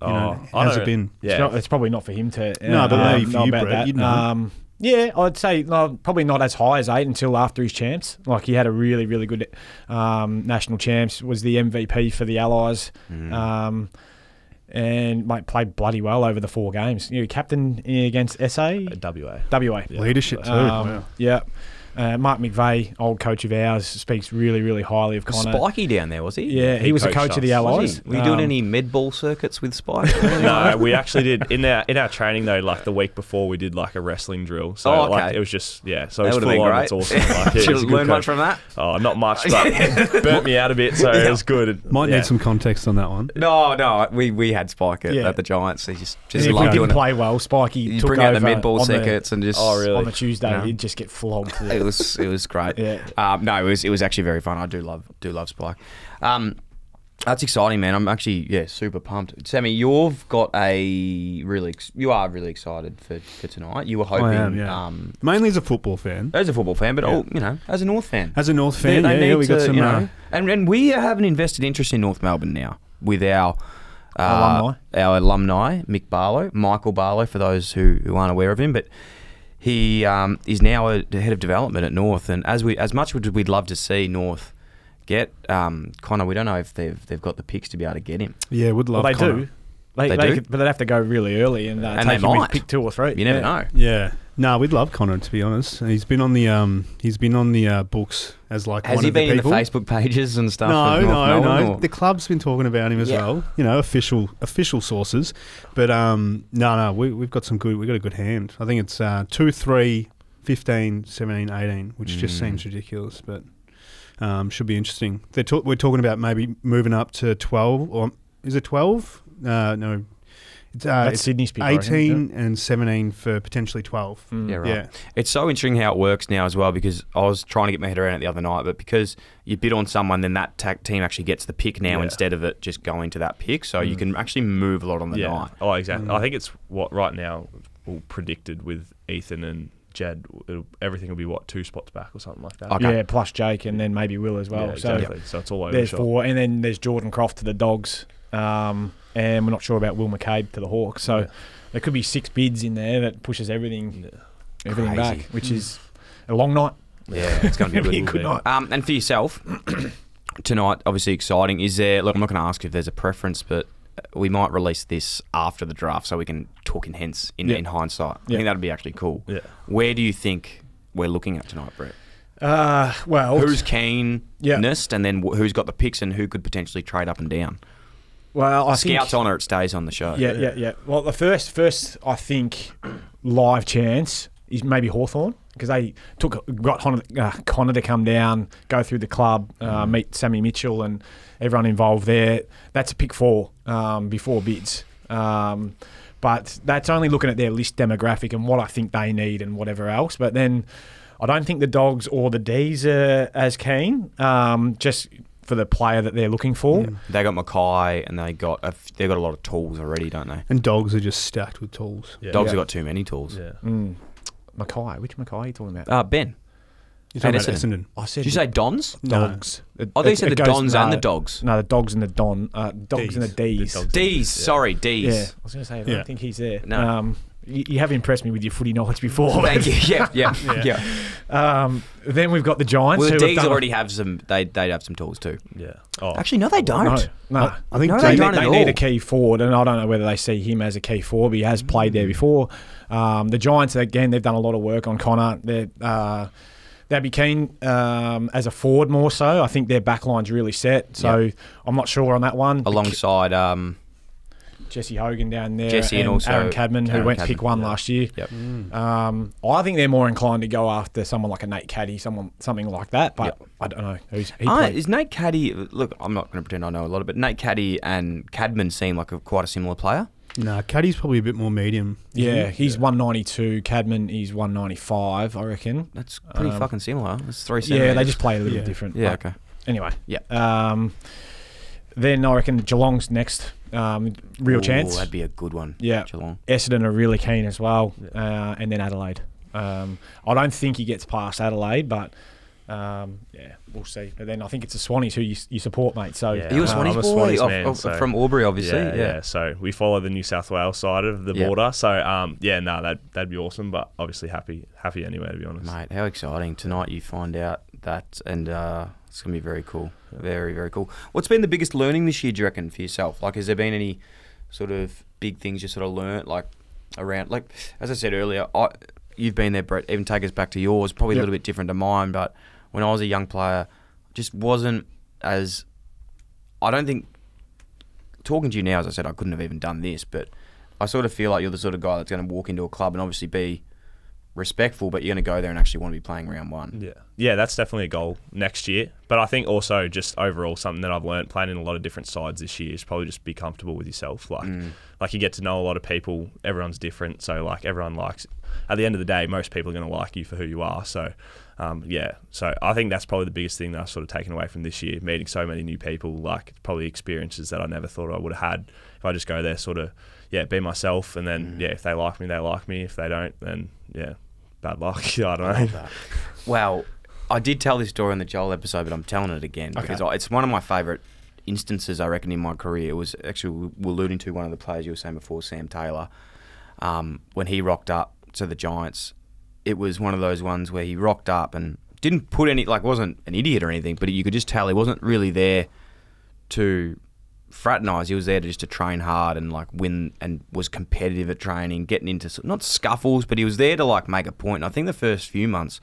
Speaker 8: You know,
Speaker 9: Oh, I
Speaker 8: has it
Speaker 9: don't-
Speaker 8: been?
Speaker 9: Yeah.
Speaker 5: It's, not, it's probably not for him to. uh,
Speaker 8: No, but maybe
Speaker 5: um,
Speaker 8: for
Speaker 5: know
Speaker 8: you,
Speaker 5: about
Speaker 8: Brett,
Speaker 5: that.
Speaker 8: you'd know.
Speaker 5: Um, yeah, I'd say no, probably not as high as eight until after his champs. Like he had a really, really good um, national champs. Was the MVP for the Allies, um, and mate played bloody well over the four games. You know, captain against SA,
Speaker 9: Uh, WA.
Speaker 5: WA.
Speaker 8: Leadership too.
Speaker 5: Um,
Speaker 8: wow.
Speaker 5: Yeah. Uh, Mark McVeigh, old coach of ours, speaks really, really highly of Connor.
Speaker 1: Spiky down there was he?
Speaker 5: Yeah, he,
Speaker 9: He
Speaker 5: was a
Speaker 9: coached
Speaker 5: coach of the
Speaker 9: us.
Speaker 1: Was
Speaker 5: Allies.
Speaker 1: he? Were you doing
Speaker 5: Um,
Speaker 1: any mid ball circuits with Spike?
Speaker 9: no, we actually did in our in our training though. Like the week before, we did like a wrestling drill. So
Speaker 1: Oh, okay.
Speaker 9: like it was just yeah. So
Speaker 1: That
Speaker 9: it was
Speaker 1: would've been
Speaker 9: full on.
Speaker 1: great.
Speaker 9: It's awesome. Like, yeah,
Speaker 1: Did you
Speaker 9: he's a good
Speaker 1: learn much
Speaker 9: coach.
Speaker 1: from that?
Speaker 9: Oh, not much, but burnt me out a bit. So it was good.
Speaker 8: Might
Speaker 9: Yeah.
Speaker 8: need some context on that one.
Speaker 1: No, no, we we had Spike at,
Speaker 5: Yeah.
Speaker 1: at the Giants. He just
Speaker 5: and
Speaker 1: just
Speaker 5: if
Speaker 1: loved
Speaker 5: he
Speaker 1: doing
Speaker 5: didn't
Speaker 1: it.
Speaker 5: play well, Spikey
Speaker 1: You
Speaker 5: took
Speaker 1: bring out the
Speaker 5: over
Speaker 1: mid ball
Speaker 5: on the-
Speaker 1: circuits and just.
Speaker 9: Oh, really?
Speaker 5: on the Tuesday,
Speaker 1: Yeah.
Speaker 5: he'd just get flogged.
Speaker 1: It was it was great.
Speaker 5: Yeah.
Speaker 1: Um, no, it was it was actually very fun. I do love do love Spike. Um, that's exciting, man. I'm actually yeah super pumped. Sammy, you've got a really ex- you are really excited for, for tonight. You were hoping
Speaker 8: I am. Yeah.
Speaker 1: um,
Speaker 8: Mainly as a football fan.
Speaker 1: as a football fan, but oh, you know as a North fan.
Speaker 8: As a North fan,
Speaker 1: They- they
Speaker 8: yeah, yeah,
Speaker 1: need
Speaker 8: we got
Speaker 1: to,
Speaker 8: some.
Speaker 1: you know,
Speaker 8: uh,
Speaker 1: and and we have an invested interest in North Melbourne now with our. Uh, alumni. Our alumni, Mick Barlow, Michael Barlow, for those who, who aren't aware of him, but he um, is now a, the head of development at North. And as we as much as we'd love to see North get um, Connor, we don't know if they've they've got the picks to be able to get him.
Speaker 8: yeah, would
Speaker 5: Well,
Speaker 8: love.
Speaker 5: they
Speaker 8: Connor.
Speaker 5: do. They,
Speaker 1: They
Speaker 5: they,
Speaker 1: do?
Speaker 5: Could, but they'd have to go really early and, uh,
Speaker 1: And
Speaker 5: take
Speaker 1: they
Speaker 5: him
Speaker 1: might.
Speaker 5: with pick two or three.
Speaker 1: You never
Speaker 5: Yeah.
Speaker 1: know.
Speaker 8: Yeah. No, we'd love Connor to be honest. He's been on the um, he's been on the uh, books as like
Speaker 1: Has
Speaker 8: one
Speaker 1: he
Speaker 8: of the
Speaker 1: been in the
Speaker 8: people.
Speaker 1: Facebook pages and stuff?
Speaker 8: No,
Speaker 1: of North
Speaker 8: no,
Speaker 1: Melbourne,
Speaker 8: no.
Speaker 1: or-
Speaker 8: The club's been talking about him as
Speaker 1: Yeah.
Speaker 8: well. You know, official official sources. But um, no, no, we, we've got some good. We've got a good hand. I think
Speaker 1: Mm.
Speaker 8: it's uh, 2, 3, 15, 17, 18, which just seems ridiculous. But Um, should be interesting. They're ta- we're talking about maybe moving up to 12 or is it 12? Uh, no. It's, uh,
Speaker 5: That's
Speaker 8: it's
Speaker 5: Sydney's people, I think,
Speaker 8: 18 and 17 for potentially 12.
Speaker 5: Mm.
Speaker 1: Yeah, right.
Speaker 8: Yeah.
Speaker 1: It's so interesting how it works now as well because I was trying to get my head around it the other night, but because you bid on someone, then that ta- team actually gets the pick now
Speaker 9: Yeah.
Speaker 1: instead of it just going to that pick. So you can actually move a lot on the
Speaker 9: yeah.
Speaker 1: night.
Speaker 9: Oh, exactly.
Speaker 5: Mm.
Speaker 9: I think it's what right now all predicted with Ethan and Jed. It'll, everything will be what two spots back or something like that.
Speaker 1: Okay.
Speaker 5: Yeah, plus Jake and then maybe Will as well.
Speaker 9: Yeah,
Speaker 5: So
Speaker 9: exactly. So it's all over. the
Speaker 5: there's
Speaker 9: shop.
Speaker 5: four, and then there's Jordan Croft to the Dogs, um, and we're not sure about Will McCabe to the Hawks. So there could be six bids in there that pushes everything, everything back,
Speaker 1: Crazy.
Speaker 5: which is a long night.
Speaker 1: Yeah, it's going to be a good,
Speaker 5: good night.
Speaker 1: Um, and for yourself tonight, obviously exciting. Is there? Look, I'm not going to ask if there's a preference, but uh, we might release this after the draft so we can talk in hence in,
Speaker 5: Yeah.
Speaker 1: in hindsight. I
Speaker 5: Yeah.
Speaker 1: think that'd be actually cool.
Speaker 9: Yeah.
Speaker 1: Where do you think we're looking at tonight, Brett?
Speaker 5: Uh, well,
Speaker 1: Who's keenness,
Speaker 5: Yeah.
Speaker 1: and then wh- who's got the picks, and who could potentially trade up and down?
Speaker 5: well, I think
Speaker 1: Scouts honour, it stays on the show.
Speaker 5: Yeah, yeah, yeah. Well, the first, first I think live chance is maybe Hawthorn because they took got Connor, uh, Connor to come down, go through the club, uh,
Speaker 1: Mm.
Speaker 5: meet Sammy Mitchell and everyone involved there. That's a pick four um, before bids. Um, but that's only looking at their list demographic and what I think they need and whatever else. But then I don't think the dogs or the D's are as keen, um, just for the player that they're looking for.
Speaker 1: They got Mackay, and they got a f- they got a lot of tools already, don't they?
Speaker 8: And dogs are just stacked with tools.
Speaker 9: Yeah.
Speaker 1: Dogs have got too many tools.
Speaker 9: Yeah.
Speaker 5: Mm. Mackay, which Mackay are you talking about?
Speaker 1: Uh, ben,
Speaker 8: You're talking about
Speaker 1: Essendon.
Speaker 8: Essendon.
Speaker 5: I said
Speaker 1: did you say Dons?
Speaker 5: dogs. It-
Speaker 1: Oh, they
Speaker 5: it-
Speaker 1: said
Speaker 5: it
Speaker 1: the
Speaker 5: goes-
Speaker 1: Dons and
Speaker 5: no,
Speaker 1: the dogs.
Speaker 5: No, the dogs and the don. Uh, dogs and the D's.
Speaker 9: The dogs.
Speaker 1: D's, sorry, D's.
Speaker 5: Yeah, I was going to say. I
Speaker 8: Yeah.
Speaker 5: don't think he's there.
Speaker 1: No.
Speaker 5: Um, you, you have impressed me with your footy knowledge before.
Speaker 1: Thank you. Yeah, yeah, yeah.
Speaker 5: um, then we've got the Giants.
Speaker 1: Well, the
Speaker 5: who have
Speaker 1: D's
Speaker 5: done a-
Speaker 1: already have some. They they have some tools too.
Speaker 9: Yeah. Oh.
Speaker 1: Actually, no, they don't.
Speaker 5: No, no.
Speaker 8: I think
Speaker 1: No,
Speaker 5: they
Speaker 1: they
Speaker 8: Dave-
Speaker 1: don't
Speaker 5: need,
Speaker 1: at
Speaker 5: they need
Speaker 1: all.
Speaker 5: a key forward, and I don't know whether they see him as a key forward, but he has played there before. Um, the Giants, again, they've done a lot of work on Connor. They're, uh, they'd be keen um, as a forward more so. I think their back line's really set, so I'm not sure on that one.
Speaker 1: Alongside, um,
Speaker 5: Jesse Hogan down there,
Speaker 1: Jesse and also
Speaker 5: Aaron Cadman,
Speaker 1: Aaron
Speaker 5: who went
Speaker 1: Cadman,
Speaker 5: pick one
Speaker 1: yeah.
Speaker 5: last year.
Speaker 1: yep.
Speaker 5: Um, I think they're more inclined to go after someone like a Nate Caddy, someone something like that. But
Speaker 1: Yep.
Speaker 5: I don't know. Who's, he
Speaker 1: Ah,
Speaker 5: played-
Speaker 1: is Nate Caddy? Look, I'm not going to pretend I know a lot of it. Nate Caddy and Cadman seem like a, quite a similar player.
Speaker 8: Nah, Caddy's probably a bit more medium.
Speaker 5: yeah, he's 192. Cadman is 195, I reckon.
Speaker 1: That's pretty
Speaker 5: Um,
Speaker 1: fucking similar. That's three.
Speaker 5: Yeah, they
Speaker 1: centimetres.
Speaker 5: just play a little
Speaker 8: Yeah.
Speaker 5: different.
Speaker 1: Yeah.
Speaker 5: Like,
Speaker 1: Okay.
Speaker 5: Anyway.
Speaker 1: Yeah.
Speaker 5: Um, then I reckon Geelong's next um, real
Speaker 1: Ooh,
Speaker 5: chance.
Speaker 1: That'd be a good one.
Speaker 5: Yeah.
Speaker 1: Geelong.
Speaker 5: Essendon are really keen as well, uh, and then Adelaide. Um, I don't think he gets past Adelaide, but um, yeah, we'll see. But then I think it's the Swannies who you, you support, mate. So
Speaker 9: Yeah.
Speaker 1: Are you a
Speaker 9: Uh,
Speaker 1: Swannies
Speaker 9: I'm a
Speaker 1: boy? Oh,
Speaker 9: Swannies
Speaker 1: Of-
Speaker 9: man,
Speaker 1: of-
Speaker 9: so-
Speaker 1: From Aubrey, obviously. Yeah.
Speaker 9: yeah, So we follow the New South Wales side of the
Speaker 1: Yeah.
Speaker 9: border. So um, yeah, no, that that'd be awesome. But obviously, happy happy anyway. To be honest,
Speaker 1: Mate, how exciting. Tonight you find out that, and uh, it's going to be very cool. Very, very cool. What's been the biggest learning this year, do you reckon, for yourself? Like, has there been any sort of big things you sort of learnt, like, around, like, as I said earlier, I, you've been there, Brett, even take us back to yours, probably a
Speaker 5: Yep.
Speaker 1: little bit different to mine, but when I was a young player, just wasn't as, I don't think talking to you now, as I said, I couldn't have even done this, but I sort of feel like you're the sort of guy that's going to walk into a club and obviously be respectful, but you're going to go there and actually want to be playing round one.
Speaker 9: Yeah. Yeah, that's definitely a goal next year. But I think also just overall something that I've learned playing in a lot of different sides this year is probably just be comfortable with yourself. Like like you get to know a lot of people, everyone's different, so like everyone likes at the end of the day, most people are gonna like you for who you are. So um, yeah. So I think that's probably the biggest thing that I've sort of taken away from this year, meeting so many new people, like probably experiences that I never thought I would have had if I just go there sort of yeah, be myself and then yeah, if they like me, they like me. If they don't, then yeah, bad luck. I don't know.
Speaker 1: Well, I did tell this story on the Joel episode, but I'm telling it again because I, it's one of my favourite instances, I reckon, in my career. It was actually, we were alluding to one of the players you were saying before, Sam Taylor, um, when he rocked up to the Giants. It was one of those ones where he rocked up and didn't put any, like, wasn't an idiot or anything, but you could just tell he wasn't really there to fraternize. He was there to just to train hard and like win and was competitive at training, getting into s- not scuffles, but he was there to like make a point. And I think the first few months,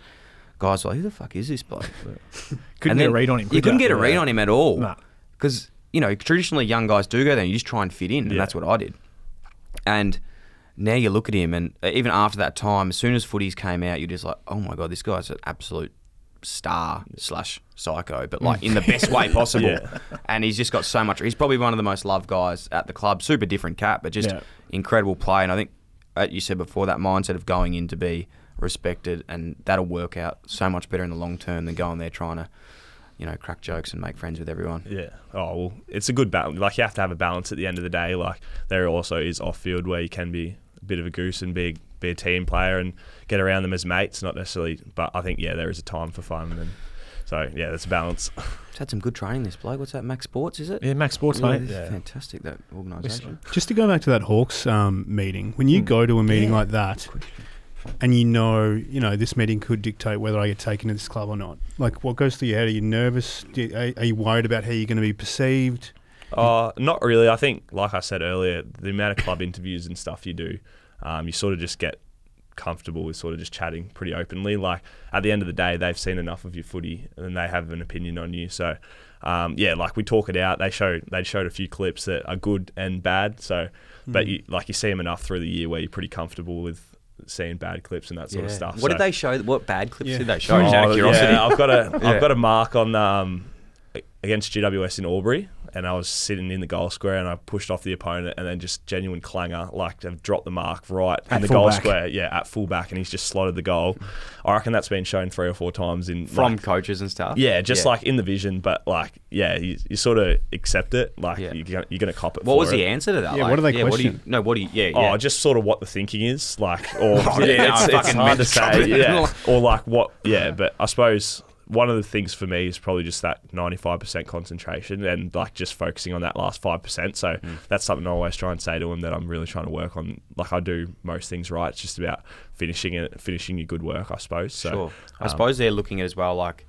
Speaker 1: guys were like, "Who the fuck is this bloke?"
Speaker 5: couldn't
Speaker 1: And
Speaker 5: get a
Speaker 1: then
Speaker 5: read on him.
Speaker 1: You
Speaker 5: could
Speaker 1: couldn't get a read on him at all.
Speaker 5: Nah.
Speaker 1: Because, you know, traditionally young guys do go there and you just try and fit in. And
Speaker 9: Yeah.
Speaker 1: that's what I did. And now you look at uh, him, and even after that time, as soon as footies came out, you're just like, oh my God, this guy's an absolute star slash psycho, but like in the best way possible.
Speaker 9: Yeah.
Speaker 1: And he's just got so much. He's probably one of the most loved guys at the club. Super different cat, but just
Speaker 5: Yeah.
Speaker 1: incredible play. And I think, uh, you said before, that mindset of going in to be respected, and that'll work out so much better in the long term than going there trying to, you know, crack jokes and make friends with everyone.
Speaker 9: Yeah. Oh well, it's a good balance. Like you have to have a balance at the end of the day. Like there also is off field where you can be a bit of a goose and be be a team player and get around them as mates, not necessarily. But I think yeah, there is a time for fun and. So yeah, that's a balance.
Speaker 1: He's had some good training. This bloke. What's that? Max Sports, is it?
Speaker 5: Yeah, Max Sports,
Speaker 1: Yeah,
Speaker 5: mate.
Speaker 1: this is Fantastic that organisation.
Speaker 8: Just to go back to that Hawks um, meeting, when you go to a meeting like that, and you know, you know, this meeting could dictate whether I get taken to this club or not. Like, what goes through your head? Are you nervous? Do you, are, are you worried about how you're going to be perceived?
Speaker 9: Uh, not really. I think, like I said earlier, the amount of club interviews and stuff you do, um, you sort of just get comfortable with sort of just chatting pretty openly. Like at the end of the day, they've seen enough of your footy and they have an opinion on you. So, um, yeah, like we talk it out. They show they showed a few clips that are good and bad. So,
Speaker 1: Hmm.
Speaker 9: but you like you see them enough through the year where you're pretty comfortable with seeing bad clips and that sort of stuff.
Speaker 1: What
Speaker 9: So-
Speaker 1: did they show? What bad clips
Speaker 8: Yeah.
Speaker 1: did they show? Just
Speaker 9: Oh,
Speaker 1: out of curiosity.
Speaker 9: yeah, I've got a
Speaker 1: Yeah.
Speaker 9: have got a mark on um, against GWS in Albury, and I was sitting in the goal square, and I pushed off the opponent, and then just genuine clanger, like I've dropped the mark right in
Speaker 5: At
Speaker 9: the goal
Speaker 5: fullback.
Speaker 9: square, yeah, at fullback, and he's just slotted the goal. I reckon that's been shown three or four times in
Speaker 1: From
Speaker 9: like,
Speaker 1: coaches and stuff.
Speaker 9: yeah, just like in the vision, but like yeah, you, you sort of accept it, like
Speaker 1: Yeah.
Speaker 9: you're, gonna, you're gonna cop it.
Speaker 1: What
Speaker 9: for
Speaker 1: was
Speaker 9: it.
Speaker 1: the answer to that?
Speaker 8: Yeah,
Speaker 1: Like,
Speaker 8: what do they
Speaker 1: yeah, What do you,
Speaker 8: question?
Speaker 1: no, what do you? Yeah,
Speaker 9: Oh,
Speaker 1: yeah.
Speaker 9: just sort of what the thinking is, like, or
Speaker 1: Oh, yeah,
Speaker 9: yeah, it's,
Speaker 1: no,
Speaker 9: it's
Speaker 1: fucking
Speaker 9: hard to
Speaker 1: mental.
Speaker 9: say, yeah, or like what, yeah. But I suppose one of the things for me is probably just that ninety-five percent concentration and like just focusing on that last five percent. So
Speaker 1: Hmm.
Speaker 9: that's something I always try and say to them that I'm really trying to work on. Like I do most things right. It's just about finishing it, finishing your good work, I suppose. So,
Speaker 1: sure. I
Speaker 9: um,
Speaker 1: suppose they're looking at as well, like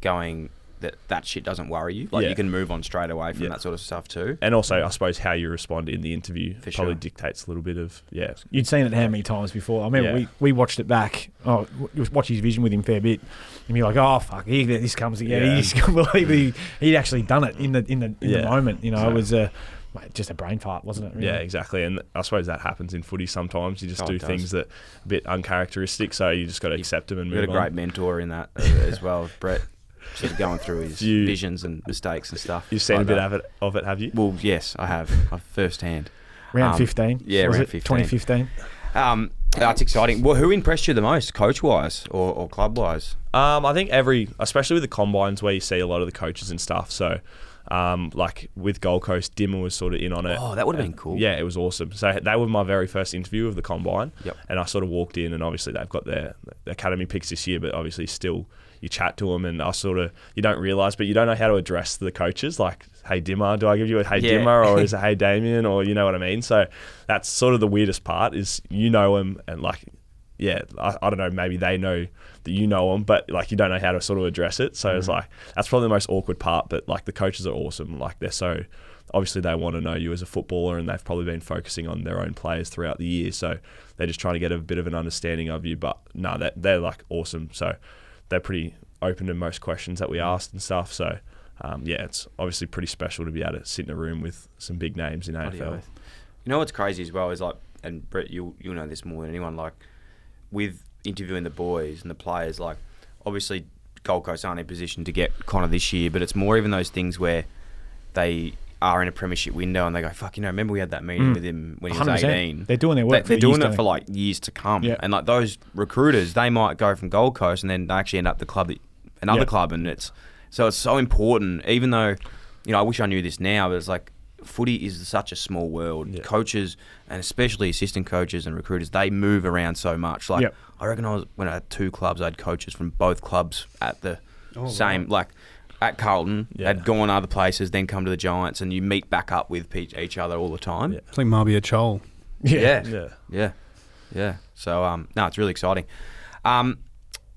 Speaker 1: going that that shit doesn't worry you. Like
Speaker 9: Yeah.
Speaker 1: you can move on straight away from
Speaker 9: Yeah.
Speaker 1: that sort of stuff too.
Speaker 9: And also, I suppose how you respond in the interview
Speaker 1: For
Speaker 9: probably
Speaker 1: sure.
Speaker 9: dictates a little bit of yeah.
Speaker 5: You'd seen it how many times before? I remember
Speaker 9: Yeah.
Speaker 5: we, we watched it back. Oh, we watched his vision with him fair bit, and you're like, oh fuck, here this comes again.
Speaker 9: Yeah.
Speaker 5: He just couldn't believe he he'd actually done it in the in the, in
Speaker 9: Yeah.
Speaker 5: the moment. You know,
Speaker 9: So-
Speaker 5: it was a mate, just a brain fart, wasn't it? really?
Speaker 9: Yeah, exactly. And I suppose that happens in footy sometimes. You just
Speaker 1: Oh, it
Speaker 9: do
Speaker 1: does.
Speaker 9: things that are a bit uncharacteristic, so you just got to accept them and
Speaker 1: You got
Speaker 9: move
Speaker 1: a great
Speaker 9: on.
Speaker 1: mentor in that uh, as well, Brett. Sort of going through his
Speaker 9: You-
Speaker 1: visions and mistakes and stuff.
Speaker 9: You've seen
Speaker 1: like
Speaker 9: a bit
Speaker 1: that.
Speaker 9: of it, of it, have you?
Speaker 1: Well, yes, I have. I've firsthand.
Speaker 5: Round
Speaker 1: Um,
Speaker 5: fifteen.
Speaker 1: yeah,
Speaker 5: was
Speaker 1: round
Speaker 5: it?
Speaker 1: 15.
Speaker 5: 2015.
Speaker 1: Um, that's exciting. Well, who impressed you the most, coach wise or, or club wise?
Speaker 9: Um, I think every, especially with the combines where you see a lot of the coaches and stuff. So, um, like with Gold Coast, Dimmer was sort of in on it.
Speaker 1: Oh, that would've been
Speaker 9: And-
Speaker 1: cool.
Speaker 9: Yeah, it was awesome. So they were my very first interview of the combine.
Speaker 1: Yep.
Speaker 9: And I sort of walked in, and obviously they've got their, their academy picks this year, but obviously still you chat to them, and I sort of you don't realize, but you don't know how to address the coaches. Like, hey Dimmer, do I give you a hey
Speaker 1: Yeah.
Speaker 9: Dimmer or is it hey Damien or you know what I mean? So that's sort of the weirdest part is you know him and like yeah, I, I don't know, maybe they know that you know them, but like you don't know how to sort of address it. So it's like that's probably the most awkward part. But like the coaches are awesome. Like they're so obviously they want to know you as a footballer, and they've probably been focusing on their own players throughout the year. So they're just trying to get a bit of an understanding of you. But no, that they're like awesome. So they're pretty open to most questions that we
Speaker 1: Mm.
Speaker 9: asked and stuff. So. Um, yeah, it's obviously pretty special to be able to sit in a room with some big names in
Speaker 1: Bloody
Speaker 9: AFL.
Speaker 1: oath. You know what's crazy as well is like, and Brett, you you know this more than anyone. Like, with interviewing the boys and the players, like, obviously Gold Coast aren't in position to get Connor this year, but it's more even those things where they are in a premiership window and they go, "Fuck, you know, remember we had that meeting
Speaker 5: Mm.
Speaker 1: with him when he was
Speaker 5: 100%.
Speaker 1: 18."
Speaker 5: They're doing their work for
Speaker 1: They, are
Speaker 5: the
Speaker 1: doing
Speaker 5: years
Speaker 1: it
Speaker 5: to-
Speaker 1: for like years to come,
Speaker 5: Yeah.
Speaker 1: and like those recruiters, they might go from Gold Coast and then they actually end up the club, that, another
Speaker 5: Yeah.
Speaker 1: club, and it's so it's so important. Even though, you know, I wish I knew this now, but it's like footy is such a small world. Coaches and especially assistant coaches and recruiters, they move around so much. Like
Speaker 5: Yep.
Speaker 1: I reckon I was when I had two clubs, I had coaches from both clubs at the same like. At Carlton,
Speaker 9: Yeah.
Speaker 1: had gone other places, then come to the Giants, and you meet back up with pe- each other all the time.
Speaker 9: Yeah.
Speaker 8: It's like Marbia Chol.
Speaker 1: Yeah.
Speaker 9: Yeah.
Speaker 1: Yeah. Yeah. So um no, it's really exciting. Um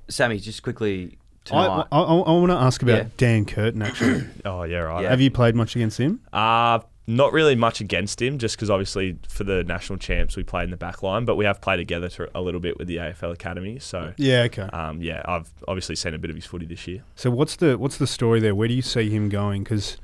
Speaker 1: Sammy, just quickly
Speaker 8: I,
Speaker 1: tonight.
Speaker 8: I, want to ask about
Speaker 1: Yeah.
Speaker 8: Dan Curtin, actually.
Speaker 9: Oh yeah, right.
Speaker 1: Yeah.
Speaker 8: Have you played much against him?
Speaker 9: Uh, not really much against him, just because obviously for the national champs we played in the back line, but we have played together to a little bit with the AFL Academy. So
Speaker 8: Yeah, okay.
Speaker 9: um, yeah, I've obviously seen a bit of his footy this year.
Speaker 8: So what's the what's the story there? Where do you see him going? Because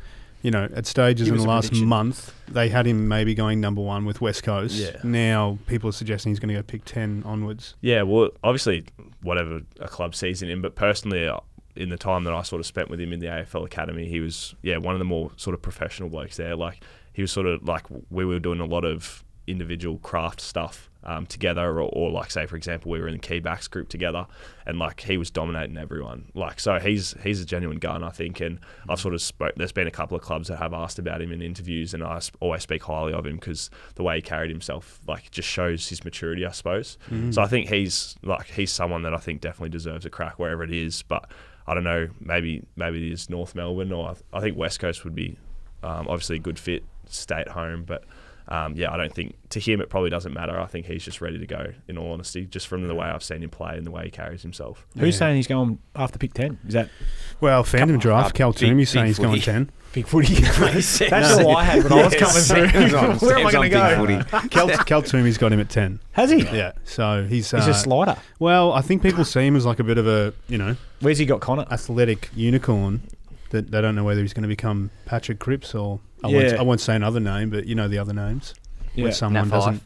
Speaker 8: you know, at stages
Speaker 5: Give
Speaker 8: in
Speaker 5: us
Speaker 8: the
Speaker 5: a
Speaker 8: last
Speaker 5: prediction.
Speaker 8: month, they had him maybe going number one with West Coast.
Speaker 9: Yeah.
Speaker 8: Now people are suggesting he's going to go pick 10 onwards.
Speaker 9: Yeah, well, obviously, whatever a club sees in him, but personally, uh, in the time that I sort of spent with him in the AFL Academy, he was, yeah, one of the more sort of professional blokes there. Like, he was sort of like, we were doing a lot of individual craft stuff um, together, or, or like, say, for example, we were in the key backs group together, and like, he was dominating everyone. Like, so he's he's a genuine gun, I think. And I've sort of spoke, there's been a couple of clubs that have asked about him in interviews, and I s- always speak highly of him because the way he carried himself, like, just shows his maturity, I suppose. So I think he's like he's someone that I think definitely deserves a crack wherever it is. But I don't know, maybe maybe it is North Melbourne or I think West Coast would be um, obviously a good fit, stay at home, but. Um, yeah, I don't think to him it probably doesn't matter. I think he's just ready to go. In all honesty, just from the way I've seen him play and the way he carries himself.
Speaker 5: Who's
Speaker 8: Yeah.
Speaker 5: saying he's going after pick ten? Is that
Speaker 8: Well, fandom draft, Cal
Speaker 1: big-
Speaker 8: Toomey saying
Speaker 1: big
Speaker 8: he's going
Speaker 1: footy.
Speaker 8: 10.
Speaker 5: big footy?
Speaker 1: That's
Speaker 5: That's all I had when I was coming through. Where am I going to go?
Speaker 8: Cal, Cal Toomey's got him at 10.
Speaker 5: Has he?
Speaker 8: Yeah. So he's. Uh,
Speaker 5: He's a slider.
Speaker 8: well, I think people see him as like a bit of a, you know,
Speaker 5: Where's he got Connor?
Speaker 8: athletic unicorn that they don't know whether he's going to become Patrick Cripps or. I, won't,
Speaker 5: Yeah.
Speaker 8: I won't say another name, but you know the other names.
Speaker 5: Yeah.
Speaker 8: Where someone
Speaker 1: Nat Fife.
Speaker 8: doesn't.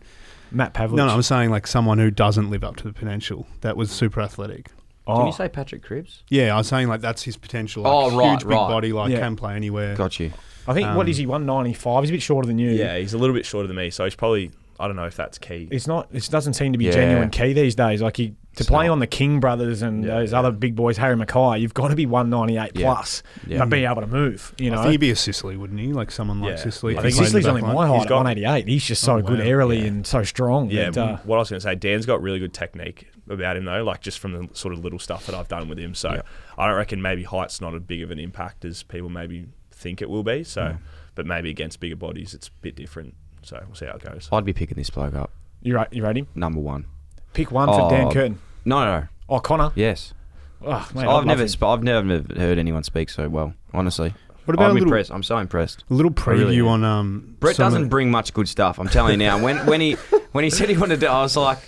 Speaker 5: Matt Pavlich.
Speaker 8: No, no, I'm saying like someone who doesn't live up to the potential. That was super athletic.
Speaker 5: oh,
Speaker 1: Did you say Patrick Cribs?
Speaker 8: Yeah, I was saying like that's his potential. Like,
Speaker 1: Oh, right,
Speaker 8: huge big
Speaker 1: right.
Speaker 8: body, like
Speaker 5: Yeah.
Speaker 8: can play anywhere.
Speaker 1: Got you.
Speaker 5: I think what
Speaker 8: um,
Speaker 5: is he? One ninety five. He's a bit shorter than you.
Speaker 9: Yeah, he's a little bit shorter than me, so he's probably I don't know if that's key.
Speaker 5: It's not. It doesn't seem to be
Speaker 1: Yeah.
Speaker 5: genuine key these days. Like he to
Speaker 1: It's
Speaker 5: play
Speaker 1: not.
Speaker 5: on the King brothers and
Speaker 9: Yeah,
Speaker 5: those
Speaker 9: yeah.
Speaker 5: other big boys, Harry Mackay. You've got to be one ninety eight
Speaker 1: Yeah.
Speaker 5: plus,
Speaker 1: Yeah.
Speaker 5: but be able to move. You
Speaker 8: I
Speaker 5: know,
Speaker 8: think he'd be a Sicily, wouldn't he? Like someone like
Speaker 9: Yeah.
Speaker 8: Sicily.
Speaker 9: I
Speaker 8: if
Speaker 9: think
Speaker 8: he played in the
Speaker 5: Sicily's only
Speaker 8: back
Speaker 5: my
Speaker 8: line.
Speaker 5: height
Speaker 9: He's
Speaker 5: at
Speaker 9: got-
Speaker 5: one eighty eight. He's just so
Speaker 8: Oh,
Speaker 5: good
Speaker 8: wow.
Speaker 5: airily and so strong.
Speaker 9: Yeah,
Speaker 5: that, uh,
Speaker 9: what I was going to say, Dan's got really good technique about him though, like just from the sort of little stuff that I've done with him. So I don't reckon maybe height's not as big of an impact as people maybe think it will be. So, but maybe against bigger bodies, it's a bit different. So we'll see how it goes.
Speaker 1: I'd be picking this bloke up.
Speaker 5: you rate you rate him.
Speaker 1: Number one.
Speaker 5: Pick one for Dan
Speaker 1: Oh.
Speaker 5: Curtin.
Speaker 1: No, no, no.
Speaker 5: Oh, Connor.
Speaker 1: Yes.
Speaker 5: Oh, mate,
Speaker 1: I've never,
Speaker 5: Him.
Speaker 1: sp- I've never never heard anyone speak so well. Honestly,
Speaker 8: What about a
Speaker 1: I'm
Speaker 8: little,
Speaker 1: impressed. I'm so impressed.
Speaker 8: a little preview
Speaker 1: Oh, really am.
Speaker 8: on um?
Speaker 1: Brett
Speaker 8: some of-
Speaker 1: doesn't bring much good stuff. I'm telling you now. When when he when he said he wanted to, I was like,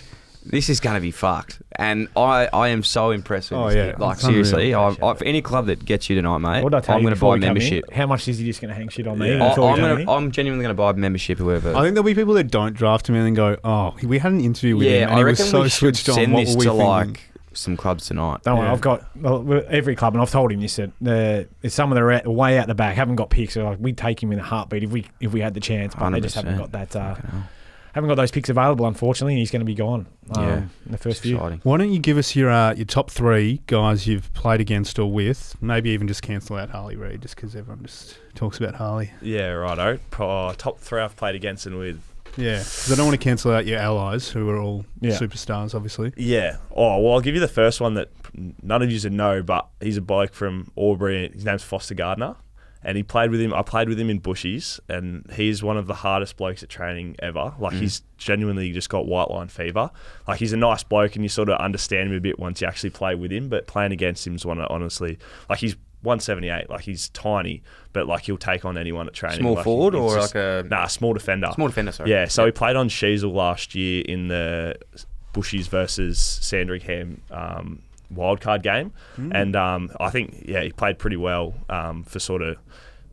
Speaker 1: this is going to be fucked. And I, I am so impressed. With
Speaker 8: Oh,
Speaker 1: this
Speaker 8: yeah.
Speaker 1: kid. like
Speaker 8: It's unreal.
Speaker 1: seriously, I, I, for any club that gets you tonight, mate,
Speaker 5: What did I tell
Speaker 1: I'm
Speaker 5: you
Speaker 1: going to buy
Speaker 5: before we come in?
Speaker 1: membership.
Speaker 5: How much is he just going to hang shit on me?
Speaker 9: Yeah.
Speaker 1: I,
Speaker 5: before we
Speaker 1: I'm,
Speaker 5: come
Speaker 1: gonna,
Speaker 5: in?
Speaker 1: I'm genuinely going to buy membership. Whoever.
Speaker 8: I think there'll be people that don't draft him and then go, "Oh, we had an interview with him
Speaker 1: yeah,
Speaker 8: and
Speaker 1: I
Speaker 8: he
Speaker 1: reckon
Speaker 8: was so
Speaker 1: we should
Speaker 8: switched on."
Speaker 1: send
Speaker 8: what
Speaker 1: this
Speaker 8: were we
Speaker 1: to
Speaker 8: thinking?"
Speaker 1: like some clubs tonight.
Speaker 5: Don't worry,
Speaker 8: Yeah.
Speaker 5: I've got well, we're- every club, and I've told him this that uh, if some of them are out, way out the back, haven't got picks. So like, we'd take him in a heartbeat if we if we had the chance, but they just haven't got
Speaker 1: 100%.
Speaker 5: that uh,
Speaker 1: Fucking hell.
Speaker 5: haven't got those picks available, unfortunately, and he's going to be gone. Um,
Speaker 1: Yeah.
Speaker 5: in the first
Speaker 1: It's
Speaker 5: few.
Speaker 1: exciting.
Speaker 8: Why don't you give us your uh, your top three guys you've played against or with? Maybe even just cancel out Harley Reid, just because everyone just talks about Harley.
Speaker 9: Yeah, righto. Oh, top three I've played against and with.
Speaker 8: Yeah, because I don't want to cancel out your allies, who are all
Speaker 5: Yeah.
Speaker 8: superstars, obviously.
Speaker 9: Yeah. Oh, well, I'll give you the first one that none of you would know, but he's a bloke from Aubrey. His name's Foster Gardner. And he played with him. I played with him in Bushies, and he's one of the hardest blokes at training ever. Like,
Speaker 1: Mm.
Speaker 9: he's genuinely just got white line fever. Like, he's a nice bloke, and you sort of understand him a bit once you actually play with him, but playing against him is one of, honestly, like, he's 178. Like, he's tiny, but, like, he'll take on anyone at training.
Speaker 1: Small
Speaker 9: Like,
Speaker 1: forward
Speaker 9: he's
Speaker 1: or like a-
Speaker 9: Nah, small defender.
Speaker 1: Small defender, sorry.
Speaker 9: Yeah, so he played on Sheasel last year in the Bushies versus Sandringham um, wildcard game,
Speaker 1: Hmm.
Speaker 9: and um, I think yeah he played pretty well um, for sort of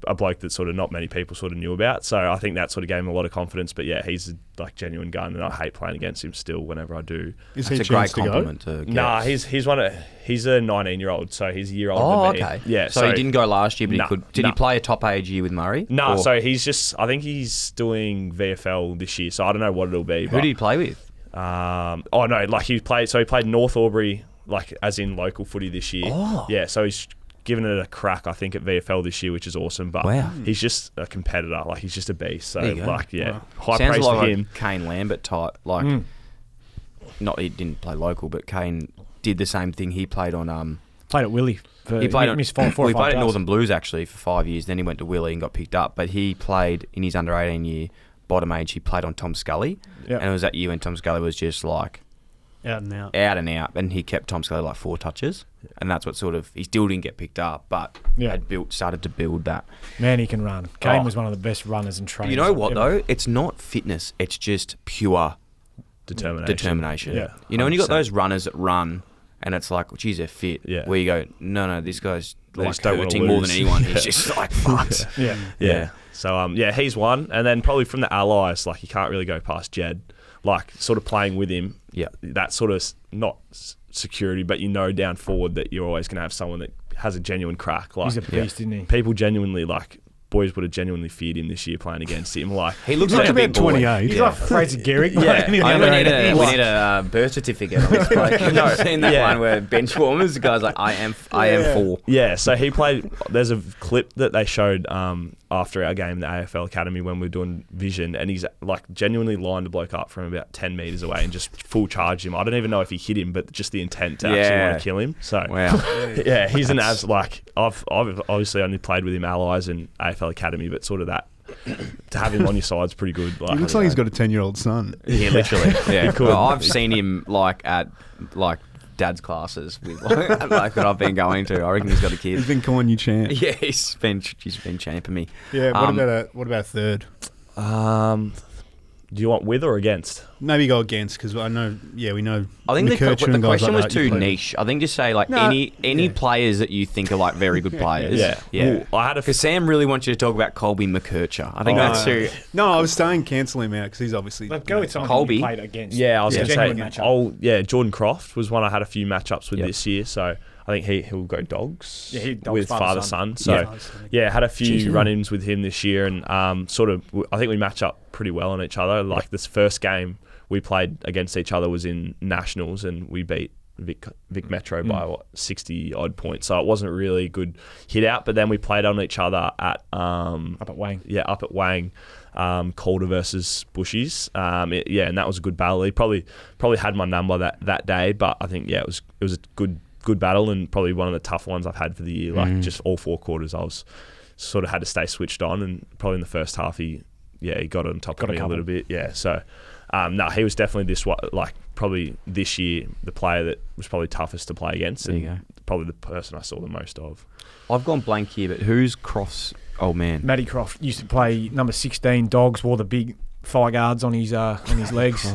Speaker 9: a bloke that sort of not many people sort of knew about. So I think that sort of gave him a lot of confidence. But yeah, he's a, like genuine gun, and I hate playing against him still whenever I do.
Speaker 1: It's
Speaker 8: Is he
Speaker 1: a great
Speaker 8: chance to go?
Speaker 1: compliment to get.
Speaker 9: Nah, he's he's one of he's a 19 year old, so he's a year older
Speaker 1: Oh,
Speaker 9: than me.
Speaker 1: okay.
Speaker 9: Yeah,
Speaker 1: So, he didn't go last year, but
Speaker 9: Nah,
Speaker 1: he could. Did he
Speaker 9: nah.
Speaker 1: play a top age year with Murray?
Speaker 9: No,
Speaker 1: Or-
Speaker 9: so he's just. I think he's doing VFL this year, so I don't know what it'll be.
Speaker 1: who did he play with?
Speaker 9: Um, oh no, like he played. So he played North Aubrey, like as in local footy this year.
Speaker 1: Oh.
Speaker 9: Yeah, so he's given it a crack, I think, at VFL this year, which is awesome. But
Speaker 1: Wow.
Speaker 9: he's just a competitor. Like he's just a beast. So
Speaker 1: There you go.
Speaker 9: like, yeah, high
Speaker 1: Sounds
Speaker 9: praise
Speaker 1: like
Speaker 9: for
Speaker 1: a
Speaker 9: him.
Speaker 1: Kane Lambert type. Like,
Speaker 5: Hmm.
Speaker 1: not he didn't play local, but Kane did the same thing. He played on. Um,
Speaker 5: Played at Willie. For,
Speaker 1: he played on.
Speaker 5: missed four, four
Speaker 1: well,
Speaker 5: or
Speaker 1: he
Speaker 5: five
Speaker 1: played at
Speaker 5: tries.
Speaker 1: Northern Blues actually for five years. Then he went to Willie and got picked up. But he played in his under eighteen year bottom age. He played on Tom Scully,
Speaker 5: Yep.
Speaker 1: and it was that year when Tom Scully was just like
Speaker 8: Out and out.
Speaker 1: out and out, and he kept Tom Scully like four touches, and that's what sort of he still didn't get picked up, but
Speaker 5: Yeah.
Speaker 1: had built started to build that.
Speaker 5: Man, he can run. Kane
Speaker 1: Oh.
Speaker 5: was one of the best runners and trainers.
Speaker 1: You know what
Speaker 5: ever.
Speaker 1: though? It's not fitness. It's just pure
Speaker 9: Determination.
Speaker 1: determination.
Speaker 5: Yeah.
Speaker 1: You know, when you got those runners that run and it's like, geez, they're fit.
Speaker 9: Yeah.
Speaker 1: Where you go, no, no, this guy's
Speaker 9: They
Speaker 1: like
Speaker 9: just don't wanna
Speaker 1: hurting more
Speaker 9: lose.
Speaker 1: than anyone.
Speaker 9: Yeah.
Speaker 1: He's just like fucked.
Speaker 5: Yeah.
Speaker 9: Yeah.
Speaker 1: Yeah.
Speaker 9: So um, yeah, he's one, and then probably from the allies, like you can't really go past Jed, like sort of playing with him.
Speaker 1: Yeah.
Speaker 9: that sort of s- not s- security, but you know down forward that you're always going to have someone that has a genuine crack. Like
Speaker 5: He's a beast, isn't he?
Speaker 9: people genuinely like boys would have genuinely feared him this year playing against him. Like
Speaker 1: He looks
Speaker 8: He's
Speaker 1: like
Speaker 8: like
Speaker 1: a big
Speaker 8: about
Speaker 1: boy.
Speaker 8: 28.
Speaker 5: He's like Fraser Gehrig.
Speaker 9: Yeah.
Speaker 5: playing in
Speaker 1: I
Speaker 5: the
Speaker 1: we
Speaker 5: other
Speaker 1: need a,
Speaker 5: end.
Speaker 1: we need a uh, birth certificate on this bloke. Have you seen that
Speaker 9: Yeah.
Speaker 1: one where bench warmers, the guy's like, I am, I am four.
Speaker 9: Yeah, so he played. There's a clip that they showed um, after our game in the AFL Academy when we were doing vision, and he's like genuinely lined the bloke up from about 10 metres away and just full charged him. I don't even know if he hit him, but just the intent to actually
Speaker 1: Yeah.
Speaker 9: want to kill him. So,
Speaker 1: Wow.
Speaker 9: yeah, he's an abs. Like, I've, I've obviously only played with him allies in AFL Academy, but sort of that. To have him on your side's pretty good. Like,
Speaker 8: He looks like he's got a 10 year old son.
Speaker 1: Yeah, literally. Yeah, Well, I've seen him like at like dad's classes with like, like that I've been going to. I reckon he's got a
Speaker 8: He's
Speaker 1: kid.
Speaker 8: been calling you champ.
Speaker 1: Yeah, he's been he's been champing me.
Speaker 8: Yeah, what
Speaker 1: Um,
Speaker 8: about a what about a third?
Speaker 9: Um, do you want with or against?
Speaker 8: Maybe go against because I know. Yeah, we know.
Speaker 1: I think the, que-
Speaker 8: McCutcheon
Speaker 1: the
Speaker 8: and guys
Speaker 1: question
Speaker 8: like
Speaker 1: was
Speaker 8: that you
Speaker 1: too
Speaker 8: played with.
Speaker 1: niche. I think just say like
Speaker 8: No,
Speaker 1: any any
Speaker 8: yeah.
Speaker 1: players that you think are like very good players.
Speaker 9: Yeah.
Speaker 1: yeah.
Speaker 9: Well, I had a
Speaker 1: Because Sam really wants you to talk about Colby McKercher. I think
Speaker 9: Oh.
Speaker 1: that's who.
Speaker 8: No, I was saying cancel him out because he's obviously.
Speaker 5: Like, go with someone
Speaker 1: Colby.
Speaker 5: you played against.
Speaker 9: Yeah, I was
Speaker 5: Yeah.
Speaker 9: going
Speaker 5: Genuine
Speaker 9: to say.
Speaker 5: matchup.
Speaker 9: Oh, yeah, Jordan Croft was one I had a few matchups with
Speaker 1: Yep.
Speaker 9: this year, so I think he he'll go dogs.
Speaker 5: Yeah, he- dogs,
Speaker 9: with
Speaker 5: father,
Speaker 9: father
Speaker 5: son.
Speaker 9: son. So yeah. had a few run-ins with him this year, and um, sort of w- I think we match up pretty well on each other. Like this first game we played against each other was in nationals, and we beat. Vic, Vic Metro by what, 60 odd points. So it wasn't really a good hit out, but then we played on each other at um,
Speaker 5: Up at Wayne.
Speaker 9: yeah, up at Wang, um, Calder versus Bushies. Um, it- yeah, and that was a good battle. He probably probably had my number that, that day, but I think yeah, it was it was a good good battle and probably one of the tough ones I've had for the year. Like
Speaker 5: Mm.
Speaker 9: just all four quarters, I was sort of had to stay switched on, and probably in the first half he yeah he got on top
Speaker 5: Got a
Speaker 9: of me a
Speaker 5: couple.
Speaker 9: little bit. Yeah, so. Um, no, he was definitely this one, like probably this year the player that was probably toughest to play against,
Speaker 1: There
Speaker 9: and
Speaker 1: you
Speaker 9: probably the person I saw the most of.
Speaker 1: I've gone blank here, but who's Croft's old man?
Speaker 5: Matty Croft used to play number 16 dogs, wore the big fire guards on his uh, on his legs.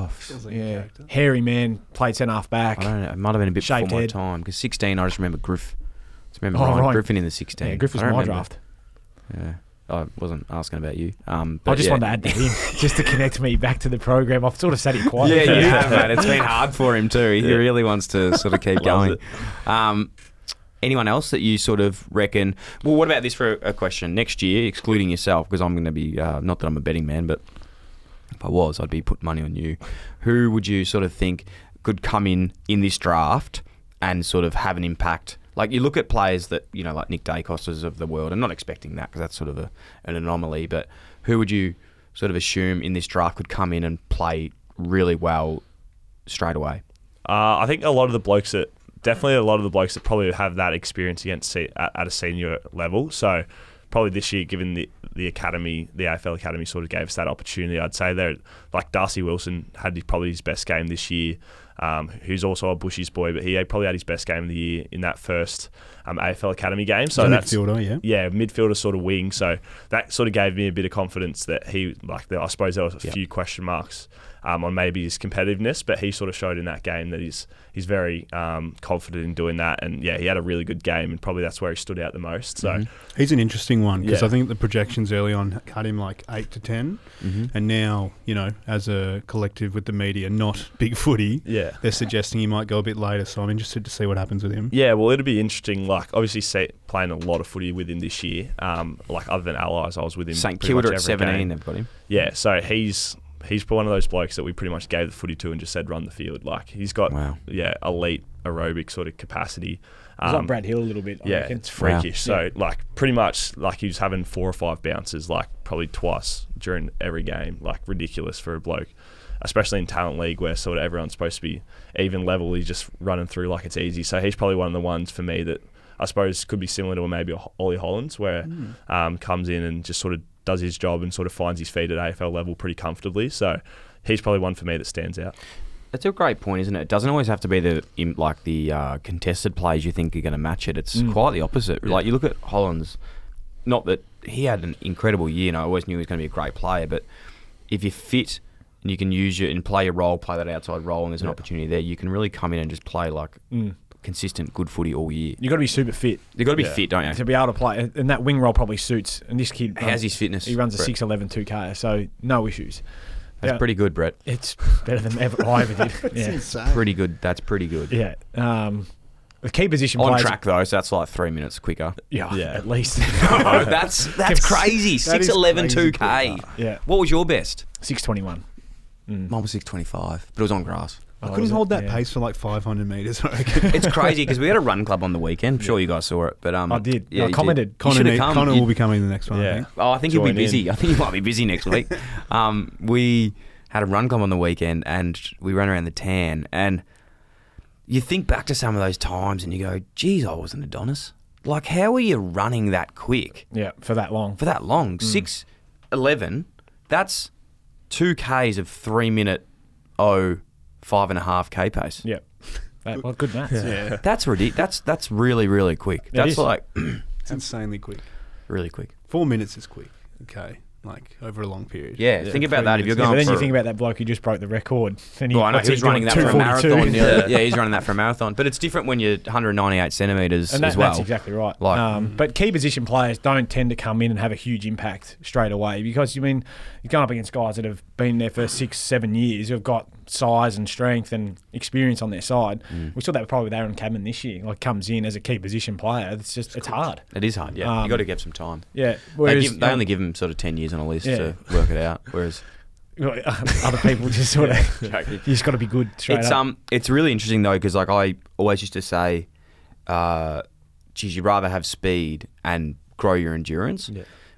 Speaker 5: yeah. Hairy man, played centre half back.
Speaker 1: Oh, I don't know. It might have been a bit
Speaker 5: Shaved
Speaker 1: before my
Speaker 5: head.
Speaker 1: time because 16. I just remember Griff. Just remember
Speaker 5: Oh,
Speaker 1: Ryan
Speaker 5: right.
Speaker 1: Griffin in the 16.
Speaker 5: Yeah, Griff was
Speaker 1: I
Speaker 5: my
Speaker 1: don't remember.
Speaker 5: draft.
Speaker 1: Yeah, I wasn't asking about you. Um,
Speaker 5: I
Speaker 1: but
Speaker 5: just
Speaker 1: yeah.
Speaker 5: wanted to add to him, just to connect me back to the program. I've sort of sat it quiet.
Speaker 1: Yeah, you have, mate. It's been hard for him too. He really wants to sort of keep going. Um, anyone else that you sort of reckon? Well, what about this for a, a question? Next year, excluding yourself, because I'm going to be uh, not that I'm a betting man, but if I was, I'd be putting money on you. Who would you sort of think could come in in this draft and sort of have an impact? Like you look at players that you know, like Nick Dacos's of the world. I'm not expecting that because that's sort of a, an anomaly. But who would you sort of assume in this draft could come in and play really well straight away?
Speaker 9: Uh, I think a lot of the blokes that definitely a lot of the blokes that probably have that experience against se- at, at a senior level. So probably this year, given the the academy, the AFL academy sort of gave us that opportunity. I'd say they're like Darcy Wilson had his- probably his best game this year. Um, who's also a Bushies boy, but he had- probably had his best game of the year in that first um, AFL academy game. So
Speaker 8: A
Speaker 9: that's
Speaker 8: midfielder, yeah.
Speaker 9: yeah, midfielder sort of wing. So that sort of gave me a bit of confidence that he, like, there, I suppose there was a few question marks um, on maybe his competitiveness, but he sort of showed in that game that he's he's very um, confident in doing that. And yeah, he had a really good game, and probably that's where he stood out the most. So
Speaker 1: Mm-hmm.
Speaker 8: He's an interesting one because
Speaker 9: Yeah.
Speaker 8: I think the projections early on cut him like eight to 10
Speaker 1: Mm-hmm.
Speaker 5: Mm-hmm.
Speaker 8: and now you know as a collective with the media, not big footy,
Speaker 9: Yeah.
Speaker 8: they're suggesting he might go a bit later. So I'm interested to see what happens with him.
Speaker 9: Yeah, well, it'll be interesting. Like, obviously, se- playing a lot of footy with him this year. Um, like, other than allies, I was with him.
Speaker 1: St
Speaker 9: pretty much
Speaker 1: Kilda at
Speaker 9: every
Speaker 1: 17,
Speaker 9: game.
Speaker 1: they've got him.
Speaker 9: Yeah, so he's he's one of those blokes that we pretty much gave the footy to and just said run the field. Like he's got
Speaker 1: Wow.
Speaker 9: yeah elite aerobic sort of capacity.
Speaker 5: He's
Speaker 9: Um,
Speaker 5: like Brad Hill a little bit. I
Speaker 9: yeah,
Speaker 5: reckon.
Speaker 9: it's freakish. So like pretty much like he was having four or five bounces like probably twice during every game. Like ridiculous for a bloke. Especially in talent league where sort of everyone's supposed to be even level, he's just running through like it's easy. So he's probably one of the ones for me that I suppose could be similar to maybe a Ho- Ollie Hollands, where
Speaker 5: Hmm.
Speaker 9: um, comes in and just sort of does his job and sort of finds his feet at AFL level pretty comfortably. So he's probably one for me that stands out.
Speaker 1: That's a great point, isn't it? It doesn't always have to be the im- like the uh, contested plays you think are going to match it. It's
Speaker 5: Mm.
Speaker 1: quite the opposite. Like you look at Hollands, not that he had an incredible year, and I always knew he was going to be a great player. But if you're fit and you can use your and play your role, play that outside role, and there's an opportunity there, you can really come in and just play like consistent good footy all year.
Speaker 5: You've got to mm, be super fit
Speaker 1: They've got to be
Speaker 9: Yeah.
Speaker 1: fit, don't you?
Speaker 5: to be able to play, uh, and that wing roll probably suits. And this kid, um,
Speaker 1: How's his fitness?
Speaker 5: he runs a
Speaker 1: Brett?
Speaker 5: 6'11", 2K, so no issues.
Speaker 1: That's
Speaker 5: yeah.
Speaker 1: pretty good, Brett.
Speaker 5: It's better than ever I ever did. Yeah,
Speaker 1: Pretty good. That's pretty good.
Speaker 5: yeah. Um, the key position
Speaker 1: On
Speaker 5: players,
Speaker 1: track though, so that's like three minutes quicker.
Speaker 5: Yeah,
Speaker 9: Yeah.
Speaker 5: at least
Speaker 1: Oh, that's that's crazy. Six eleven two k.
Speaker 5: Yeah.
Speaker 1: What was your best?
Speaker 5: six twenty one.
Speaker 1: Mine was six twenty five, but it was on grass.
Speaker 8: I couldn't hold that pace for like 500 meters. I reckon.
Speaker 1: It's crazy because we had a run club on the weekend. I'm sure you guys saw it, but um,
Speaker 5: I did.
Speaker 1: Yeah,
Speaker 5: I
Speaker 1: you did.
Speaker 5: commented.
Speaker 1: You
Speaker 8: Connor,
Speaker 1: should have
Speaker 8: ne-
Speaker 1: come.
Speaker 8: Connor
Speaker 1: You-
Speaker 8: will be coming in the next one. I
Speaker 9: Yeah.
Speaker 8: think.
Speaker 1: Oh, I think you'll be
Speaker 9: Join in.
Speaker 1: busy. I think you might be busy next week. um, we had a run club on the weekend and we ran around the tan. And you think back to some of those times and you go, geez, I was an Adonis. Like, how are you running that quick
Speaker 5: Yeah, for that long.
Speaker 1: for that long? Six, eleven. That's two Ks of three minute oh five and a half K pace.
Speaker 5: Yeah. That, well, good maths. Yeah.
Speaker 1: That's ridiculous. That's that's really really quick. that's
Speaker 5: is.
Speaker 1: like
Speaker 8: It's insanely quick.
Speaker 1: really quick.
Speaker 8: Four minutes is quick. Okay, like over a long period.
Speaker 1: Yeah, think about
Speaker 8: three
Speaker 1: that if you're
Speaker 8: minutes.
Speaker 1: going.
Speaker 5: but then you
Speaker 1: for-
Speaker 5: think about that bloke who just broke the record. And he,
Speaker 1: Well, I know
Speaker 5: what's
Speaker 1: he was running that
Speaker 5: doing?
Speaker 1: for a
Speaker 5: 242.
Speaker 1: marathon. Yeah. yeah, he's running that for a marathon. But it's different when you're 198 centimeters
Speaker 5: And that,
Speaker 1: as well.
Speaker 5: that's exactly right.
Speaker 1: Like- mm.
Speaker 5: um, but key position players don't tend to come in and have a huge impact straight away because you mean you're going up against guys that have been there for six, seven years who've got size and strength and experience on their side.
Speaker 1: Mm.
Speaker 5: We saw that probably with Aaron Cabin this year. Like comes in as a key position player. It's just it's hard.
Speaker 1: It is hard. Yeah,
Speaker 5: Um,
Speaker 1: you got to give some time.
Speaker 5: Yeah.
Speaker 1: They,
Speaker 5: Whereas um,
Speaker 1: give, they only give him sort of 10 years on a list
Speaker 5: Yeah.
Speaker 1: to work it out. Whereas
Speaker 5: other people just sort of you just got to be good straight
Speaker 1: it's
Speaker 5: up.
Speaker 1: um it's really interesting though because like I always used to say, uh, geez, you'd rather have speed and grow your endurance.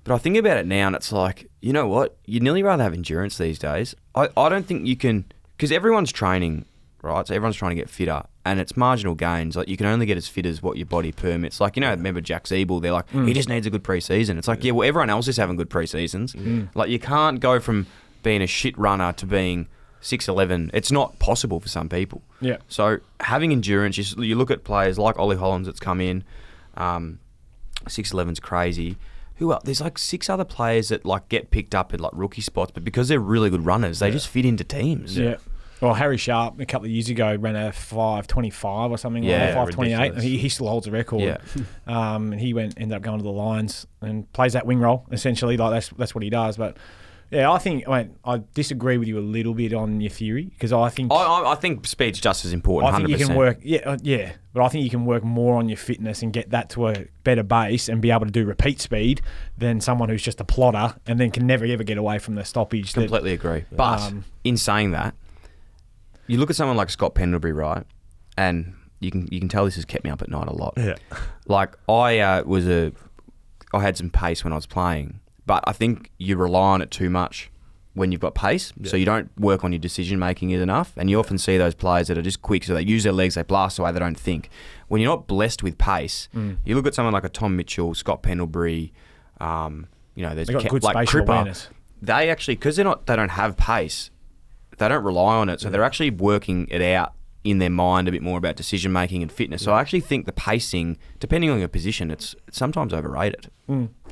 Speaker 1: But I think about it now, and it's like you know what, you'd nearly rather have endurance these days. I, I don't think you can because everyone's training, right? So everyone's trying to get fitter, and it's marginal gains. Like you can only get as fit as what your body permits. Like you know, remember Jack Siebel? They're like, he just needs a good preseason. It's like yeah, well, everyone else is having good preseasons. Like you can't go from being a shit runner to being six eleven. It's not possible for some people.
Speaker 5: Yeah.
Speaker 1: So having endurance, you, s- you look at players like Ollie Hollins that's come in. Um, 6'11's crazy. Who else? There's like six other players that like get picked up at like rookie spots, but because they're really good runners, they just fit into teams.
Speaker 5: Yeah. Well, Harry Sharp a couple of years ago ran a five twenty five or something
Speaker 1: Yeah,
Speaker 5: like five twenty eight.
Speaker 9: ridiculous.
Speaker 5: He, he still holds a record.
Speaker 1: Yeah.
Speaker 5: Um, and he went ended up going to the Lions and plays that wing role essentially. Like that's that's what he does. But yeah, I think I mean, I disagree with you a little bit on your theory because I think
Speaker 1: I, I, I think speed's just as important.
Speaker 5: I think you
Speaker 1: 100%.
Speaker 5: can work, yeah, uh, yeah, but I think you can work more on your fitness and get that to a better base and be able to do repeat speed than someone who's just a plotter and then can never ever get away from the stoppage. that-
Speaker 1: Completely agree. But
Speaker 5: Um,
Speaker 1: in saying that, you look at someone like Scott Pendlebury, right? And you can you can tell this has kept me up at night a lot.
Speaker 9: Yeah.
Speaker 1: Like I uh, was a, I had some pace when I was playing, but I think you rely on it too much when you've got pace. So you don't work on your decision making it enough, and you often see those players that are just quick, so they use their legs, they blast away, they don't think. When you're not blessed with pace,
Speaker 5: Mm.
Speaker 1: you look at someone like a Tom Mitchell, Scott Pendlebury. Um, you know, there's
Speaker 5: They've got
Speaker 1: Ke-
Speaker 5: good
Speaker 1: like
Speaker 5: spatial
Speaker 1: Cripper,
Speaker 5: awareness.
Speaker 1: they actually because they're not they don't have pace they don't rely on it so they're actually working it out in their mind a bit more about decision making and fitness so i actually think the pacing depending on your position it's, it's sometimes overrated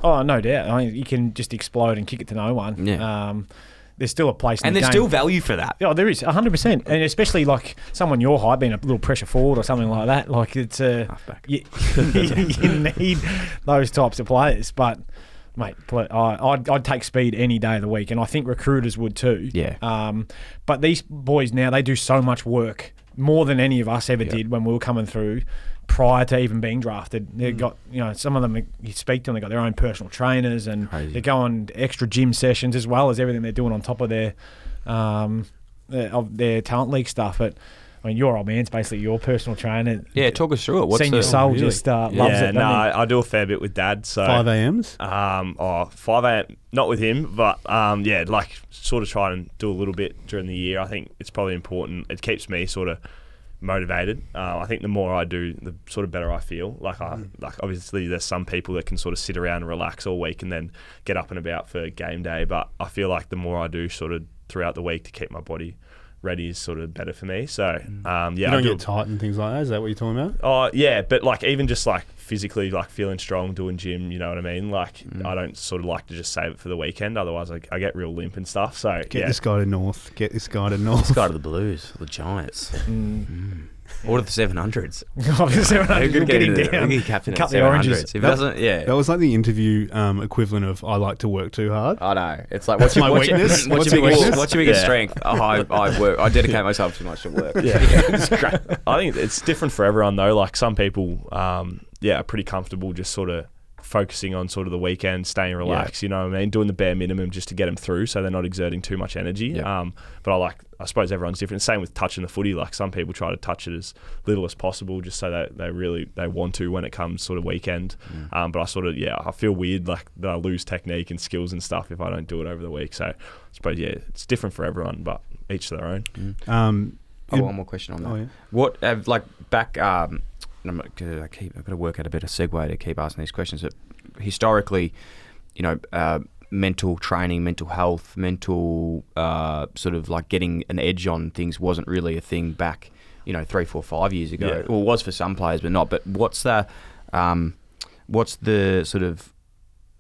Speaker 5: Oh, no doubt. I mean, you can just explode and kick it to no one.
Speaker 1: Yeah.
Speaker 5: Um, there's still a place in
Speaker 1: and
Speaker 5: the
Speaker 1: there's
Speaker 5: game.
Speaker 1: still value for that
Speaker 5: Yeah, oh, there is 100%. And especially like someone your height being a little pressure forward or something like that. Like it's a.
Speaker 1: Halfback.
Speaker 5: You, you need those types of players. But, mate, pl- I, I'd, I'd take speed any day of the week. And I think recruiters would too.
Speaker 1: Yeah.
Speaker 5: Um, but these boys now, they do so much work more than any of us ever did when we were coming through prior to even being drafted.
Speaker 1: Mm.
Speaker 5: They've got, you know, some of them you speak to them, they've got their own personal trainers and
Speaker 1: Crazy.
Speaker 5: they're going to extra gym sessions as well as everything they're doing on top of their, um, their- of their talent league stuff. But, I mean, your old man's basically your personal trainer.
Speaker 1: yeah talk us through it what's
Speaker 5: Senior
Speaker 1: the,
Speaker 5: soul just uh, loves
Speaker 9: yeah,
Speaker 5: it. doesn't
Speaker 9: no,
Speaker 5: he?
Speaker 9: I, I do a fair bit with dad. So
Speaker 8: Five AMs.
Speaker 9: Um, oh, 5 a.m. Not with him, but um, yeah, like sort of try and do a little bit during the year. I think it's probably important. It keeps me sort of motivated. Uh, I think the more I do, the sort of better I feel. Like I like obviously there's some people that can sort of sit around and relax all week and then get up and about for game day. But I feel like the more I do sort of throughout the week to keep my body ready is sort of better for me. So um, yeah,
Speaker 8: You
Speaker 9: I
Speaker 8: don't
Speaker 9: do
Speaker 8: get tight and things like that. Is that what you're talking about?
Speaker 9: Oh yeah, but like even just like physically, like feeling strong, doing gym. You know what I mean? Like I don't sort of like to just save it for the weekend. Otherwise, I, I get real limp and stuff. So
Speaker 8: Get
Speaker 9: yeah,
Speaker 8: this guy to North. Get this guy to North.
Speaker 1: guy to the blues the giants Mm. What are the seven hundreds?
Speaker 5: Obviously, Mm. we're not
Speaker 1: Who could
Speaker 5: just
Speaker 1: get
Speaker 5: getting
Speaker 1: into that?
Speaker 5: down.
Speaker 1: We could captain
Speaker 5: Cut
Speaker 1: at
Speaker 5: the oranges.
Speaker 1: 700s. If it doesn't, yeah.
Speaker 8: That was like the interview um, equivalent of "I like to work too hard."
Speaker 1: I know. It's like what's
Speaker 8: my
Speaker 1: your what's your-
Speaker 8: weakness?
Speaker 1: What's,
Speaker 8: What's
Speaker 1: your
Speaker 8: my
Speaker 1: biggest,
Speaker 8: weakness?
Speaker 1: what's your biggest
Speaker 9: Yeah.
Speaker 1: strength? Oh, I, I work. I dedicate myself too much to work. Yeah. it's great.
Speaker 9: I think it's different for everyone though. Like some people, um, yeah, are pretty comfortable just sort of focusing on sort of the weekend, staying relaxed. You know what I mean? Doing the bare minimum just to get them through, so they're not exerting too much energy. Um, but I like, I suppose everyone's different. Same with touching the footy. Like some people try to touch it as little as possible, just so that they really they want to when it comes sort of weekend. Um, but I sort of yeah, I feel weird like that I lose technique and skills and stuff if I don't do it over the week. So I suppose yeah, it's different for everyone, but each to their own.
Speaker 8: Um,
Speaker 1: Oh,
Speaker 8: it-
Speaker 1: one more question on that.
Speaker 8: Oh, yeah.
Speaker 1: What uh, like back? Um, and I'm not- 'cause I keep. I've got to work out a better segue to keep asking these questions. But historically, you know, uh, mental training, mental health, mental uh, sort of like getting an edge on things wasn't really a thing back. You know, three, four, five years ago.
Speaker 9: Yeah.
Speaker 1: Well, it was for some players, but not. But what's the, um, what's the sort of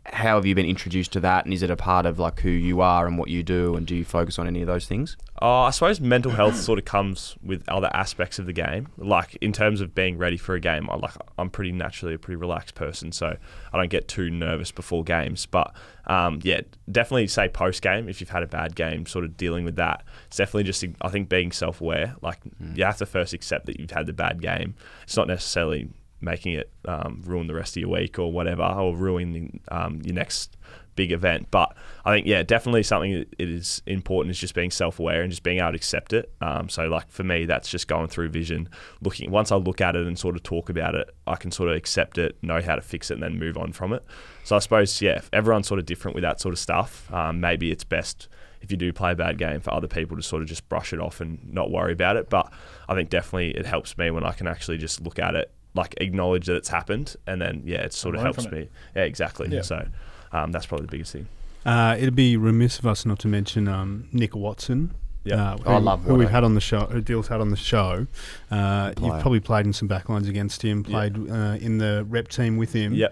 Speaker 1: how have you been introduced to that, and is it a part of like who you are and what you do, and do you focus on any of those things?
Speaker 9: Uh, I suppose mental health sort of comes with other aspects of the game. Like in terms of being ready for a game, I like I'm pretty naturally a pretty relaxed person, so I don't get too nervous before games. But um, yeah, definitely say post game if you've had a bad game, sort of dealing with that. It's definitely just I think being self aware. Like you have to first accept that you've had the bad game. It's not necessarily making it um, ruin the rest of your week or whatever, or ruin um, your next big event. But I think yeah, definitely something that it is important is just being self-aware and just being able to accept it. Um, so like for me, that's just going through vision, looking. Once I look at it and sort of talk about it, I can sort of accept it, know how to fix it, and then move on from it. So I suppose yeah, everyone's sort of different with that sort of stuff. Um, maybe it's best. If you do play a bad game, for other people to sort of just brush it off and not worry about it. But I think definitely it helps me when I can actually just look at it, like acknowledge that it's happened, and then yeah, it sort of
Speaker 5: learn
Speaker 9: helps
Speaker 5: from it.
Speaker 9: me. Yeah, exactly.
Speaker 5: Yeah.
Speaker 9: So um, that's probably the biggest thing.
Speaker 8: Uh, it'd be remiss of us not to mention um, Nick Watson.
Speaker 9: Yeah.
Speaker 8: uh, who,
Speaker 1: Oh, I love
Speaker 8: who we've
Speaker 1: Watto.
Speaker 8: had on the show. Who Dill's had on the show. Uh,
Speaker 1: player.
Speaker 8: you've probably played in some backlines against him. Played uh, in the rep team with
Speaker 5: Mm-hmm.
Speaker 8: him.
Speaker 9: Yeah.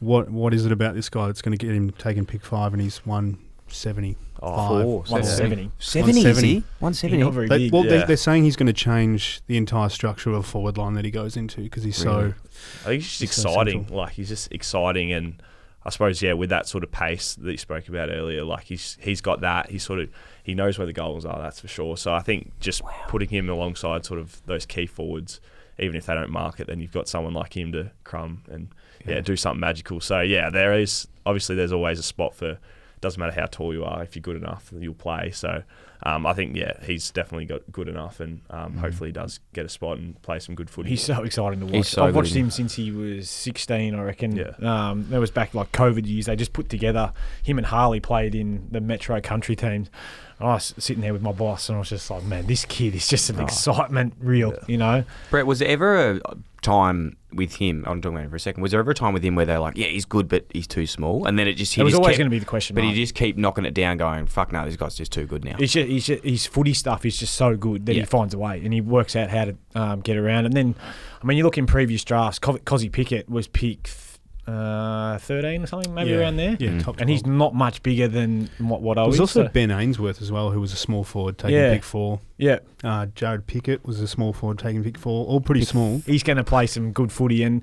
Speaker 8: What What is it about this guy that's going to get him taken pick five and he's one seventy?
Speaker 1: Oh,
Speaker 5: One seventy.
Speaker 1: One
Speaker 5: He's not very
Speaker 8: They,
Speaker 5: big.
Speaker 8: well,
Speaker 9: Yeah.
Speaker 8: they, they're saying he's going to change the entire structure of the forward line that he goes into because he's
Speaker 1: Really?
Speaker 8: so.
Speaker 9: I think he's just
Speaker 8: He's so
Speaker 9: exciting.
Speaker 8: central.
Speaker 9: like he's just exciting, and I suppose yeah, with that sort of pace that you spoke about earlier, like he's he's got that. He sort of he knows where the goals are. That's for sure. So I think just putting him alongside sort of those key forwards, even if they don't mark it, then you've got someone like him to crumb and yeah, do something magical. So yeah, there is obviously there's always a spot for. Doesn't matter how tall you are, if you're good enough, you'll play. So, um, I think yeah, he's definitely got good enough, and um, hopefully he does get a spot and play some good footy.
Speaker 5: He's so exciting to watch.
Speaker 1: He's so
Speaker 5: I've watched
Speaker 1: good, isn't
Speaker 5: him since he was 16, I reckon.
Speaker 9: Yeah.
Speaker 5: Um, that was back like COVID years. They just put together him and Harley played in the Metro Country teams. And I was sitting there with my boss, and I was just like, "Man, this kid is just an
Speaker 1: Oh.
Speaker 5: excitement reel." You know,
Speaker 1: Brett, was there ever a time with him? I'm talking about him for a second. Was there ever a time with him where they're like, "Yeah, he's good, but he's too small," and then it just he
Speaker 5: It was
Speaker 1: just
Speaker 5: always
Speaker 1: kept-
Speaker 5: gonna be the question
Speaker 1: But he
Speaker 5: mark.
Speaker 1: just keep knocking it down, going, "Fuck no, this guy's just too good now."
Speaker 5: It's just, he's just, his footy stuff is just so good that
Speaker 1: Yeah.
Speaker 5: he finds a way and he works out how to um, get around. And then, I mean, you look in previous drafts, Co- Cozzy Pickett was picked uh, 13 or something, maybe
Speaker 8: Yeah.
Speaker 5: around there.
Speaker 8: Yeah,
Speaker 1: Mm.
Speaker 8: top
Speaker 5: And he's
Speaker 8: 12.
Speaker 5: not much bigger than what, what I
Speaker 8: There
Speaker 5: was.
Speaker 8: was also
Speaker 5: so-
Speaker 8: Ben Ainsworth as well, who was a small forward taking
Speaker 5: Yeah.
Speaker 8: pick four.
Speaker 5: yeah,
Speaker 8: Uh, Jared Pickett was a small forward taking pick four, all pretty small.
Speaker 5: he's going to play some good footy and